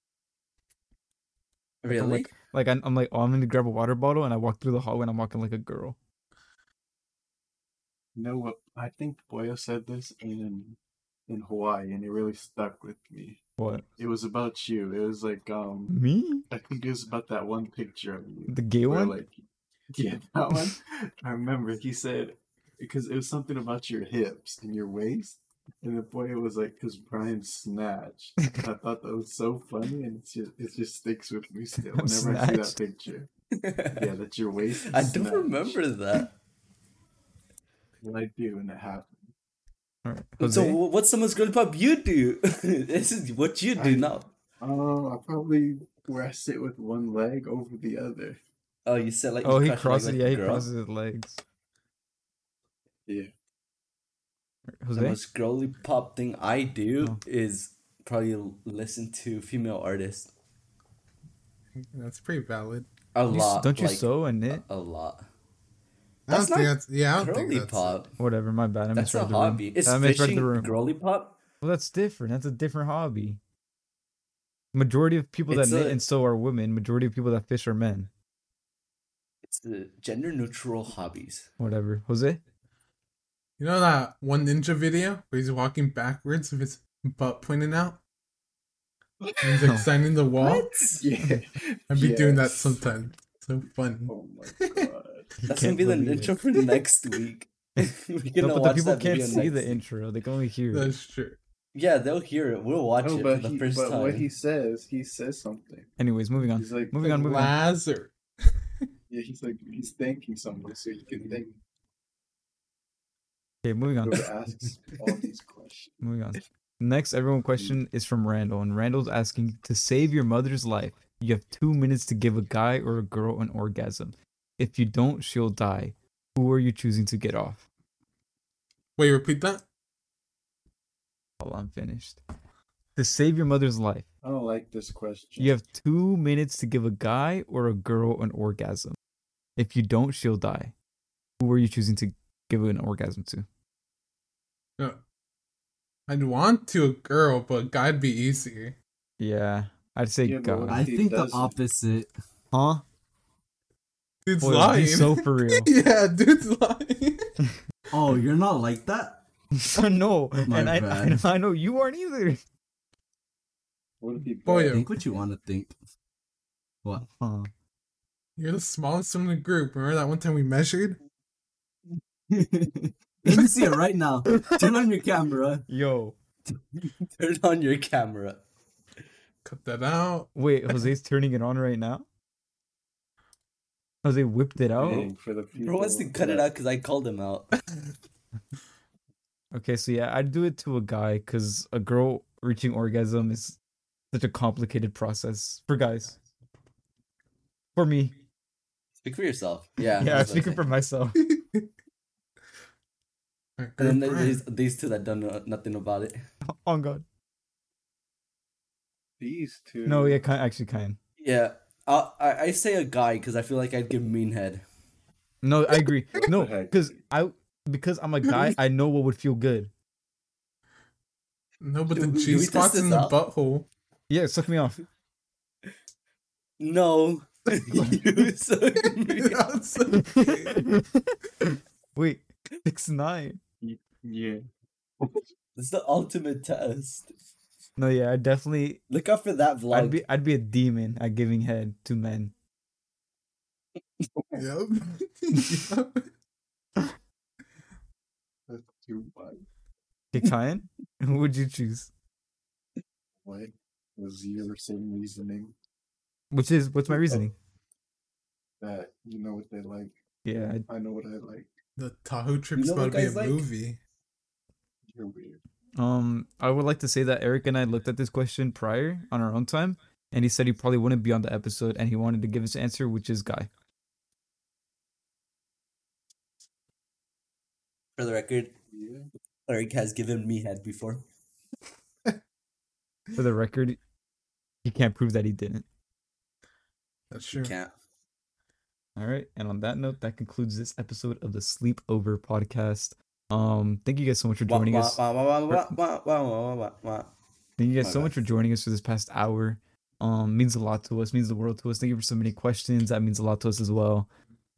F: Really?
E: like- Like I'm, I'm like, oh, I'm gonna grab a water bottle, and I walk through the hallway, and I'm walking like a girl.
D: You know what? I think Boyo said this in in Hawaii, and it really stuck with me.
E: What?
D: It was about you. It was like um,
E: Me?
D: I think it was about that one picture of you.
E: The gay
D: where,
E: one?
D: Like, yeah, that one. I remember he said because it was something about your hips and your waist, and the boy was like, "Cause Brian snatched." I thought that was so funny, and it's just, it just sticks with me still
E: I'm
D: whenever I see that
E: snatched.
D: picture. Yeah, that's your waist. is
F: I do
D: snatched.
F: remember that.
D: And I do, and it happened.
E: All right.
F: So,
E: Jose?
F: wh- what's the most girly pop you do? this is what you do
D: I-
F: now.
D: Um, I probably where I sit with one leg over the other.
F: Oh, you said like.
E: oh,
F: you
E: he
F: crush your
E: crosses.
F: leg like
E: Yeah,
F: a
E: he
F: girl?
E: crosses his legs.
D: Yeah.
F: The
E: Jose.
F: most girly pop thing I do
E: Oh.
F: is probably l- listen to female artists
C: That's pretty valid.
F: a
E: You s-
F: lot.
E: don't you
F: like,
E: sew and knit?
F: A lot.
C: I don't
F: That's
C: think
F: not
C: that's yeah. I don't think
F: Girly
C: that's
F: pop.
E: Whatever. My bad. I
F: That's a
E: misread the
F: hobby.
E: room.
F: It's
E: I misread
F: fishing
E: the room.
F: girly pop.
E: Well, that's different. That's a different hobby. Majority of people that
F: It's
E: knit
F: a-
E: and sew are women. Majority of people that fish are men.
F: It's the gender neutral hobbies.
E: Whatever. Jose.
C: You know that one ninja video where he's walking backwards with his butt pointing out? And he's like
E: No.
C: signing the wall.
D: Yeah.
C: I'd be doing that
D: Yes.
C: sometime. So fun.
D: Oh my god.
F: That's gonna
E: can't
F: be the
E: believe it.
F: intro for next week. We're
E: No,
F: gonna
E: but the
F: watch
E: people
F: that
E: can't
F: video
E: see
F: next
E: the
F: week.
E: intro. They can only hear. it.
C: That's true.
F: Yeah, they'll hear it. We'll watch
D: No,
F: it for
D: but
F: the
D: he,
F: first
D: but
F: time.
D: what he says, he says something.
E: Anyways, moving on.
D: He's like,
E: Moving on. Moving on.
C: Lazar.
D: yeah, he's like, he's thanking someone, so you can thank
E: Okay, moving on.
D: whoever asks all these questions.
E: Moving on. Next,
D: Hmm.
E: everyone question is from Randall, and Randall's asking to save your mother's life. You have two minutes to give a guy or a girl an orgasm. If you don't, she'll die. Who are you choosing to get off?
C: Wait, repeat that?
E: While I'm finished. To save your mother's life,
D: I don't like this question.
E: you have two minutes to give a guy or a girl an orgasm. If you don't, she'll die. Who are you choosing to give an orgasm to?
C: No. I'd want to a girl, but guy'd be easier.
E: Yeah, I'd say
D: Yeah, but
E: God.
D: what
H: I
D: He
H: think the
D: doesn't.
H: opposite.
E: huh?
C: Dude's
E: Boy,
C: lying.
E: he's so for real.
C: yeah, dude's lying.
H: Oh, you're not like that.
E: no,
H: Oh My
E: and I, I,
H: bad.
E: I know you aren't either.
D: What
F: Oh,
D: if he
C: Boyo.
H: Think what you want to think. What?
E: Huh.
C: You're the smallest one in the group. Remember that one time we measured?
H: you can see it right now. Turn on your camera.
E: Yo,
F: Turn on your camera.
C: Cut that out.
E: wait, Jose's turning it on right now. Jose whipped it out.
D: Dang, for the
F: Bro Oh. wants to
D: people
F: cut it
D: that-
F: out because I called him out.
E: Okay, so yeah, I'd do it to a guy because a girl reaching orgasm is such a complicated process for guys. For me,
F: Speak for yourself. Yeah.
E: yeah, I'm
F: that's what I'm
E: speaking
F: saying.
E: for myself.
C: Alright, girl,
F: And then there-
C: Brian.
F: there's these two that don't know nothing about it.
E: oh God,
D: These two.
E: no, yeah, kind, actually, kind.
F: Yeah. I, I, I say a guy because I feel like I'd give mean head.
E: No, I agree. No,
D: the heck?
E: because I because I'm a guy, I know what would feel good.
C: No, but
F: Do
C: the
F: we- do we
C: G
F: test
C: spot's
F: this
C: in the
F: out?
C: butthole.
E: Yeah, suck me off.
F: No. you suck me.
C: That's-
E: Wait, six nine.
D: Yeah.
F: It's the ultimate test.
E: No, yeah, I definitely.
F: Look out for that vlog.
E: I'd be I'd be a demon at giving head to men.
C: Yep. Yep.
D: That's too much.
E: Kikayan, who would you choose?
D: What was your same reasoning
E: Which is what's my reasoning?
D: that you know what they like?
E: Yeah, I,
D: I know what I like.
C: The Tahoe trip's
F: know what
C: about to be a
F: guys like?
C: movie.
D: You're weird.
E: um, I would like to say that Eric and I looked at this question prior on our own time, and he said he probably wouldn't be on the episode, and he wanted to give his answer, which is guy.
F: for the record,
D: Yeah.
H: Eric has given me head before.
E: For the record, he can't prove that he didn't.
C: That's
H: You
C: true.
H: can't.
E: All right. And on that note, that concludes this episode of the Sleepover Podcast. Um, thank you guys so much for
H: Wah,
E: joining
H: wah,
E: us.
H: wah, wah, wah, wah, wah, wah, wah, wah, wah.
E: Thank you guys
H: My
E: so
H: bad.
E: much for joining us for this past hour. Um, means a lot to us. Means the world to us. Thank you for so many questions. That means a lot to us as well.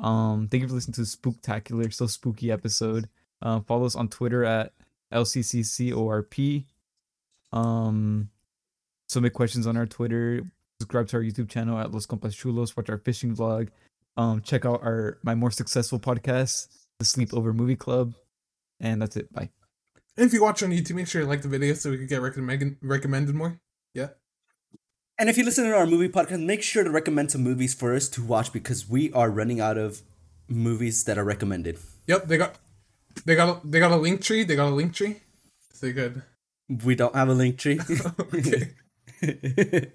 E: Um, thank you for listening to the spooktacular, so spooky episode. Uh, follow us on Twitter at lcccorp. Um, submit questions on our Twitter. Subscribe to our YouTube channel at Los Compas Chulos. Watch our fishing vlog. Um, check out our my more successful podcast, The Sleepover Movie Club. And that's it. Bye.
C: And if you watch on YouTube, make sure you like the video so we can get recommended recommended more. Yeah.
H: And if you listen to our movie podcast, make sure to recommend some movies for us to watch because we are running out of movies that are recommended.
C: Yep. They got they got a, they got a link tree. They got a link tree. So you could.
H: We don't have a link tree.
C: Okay.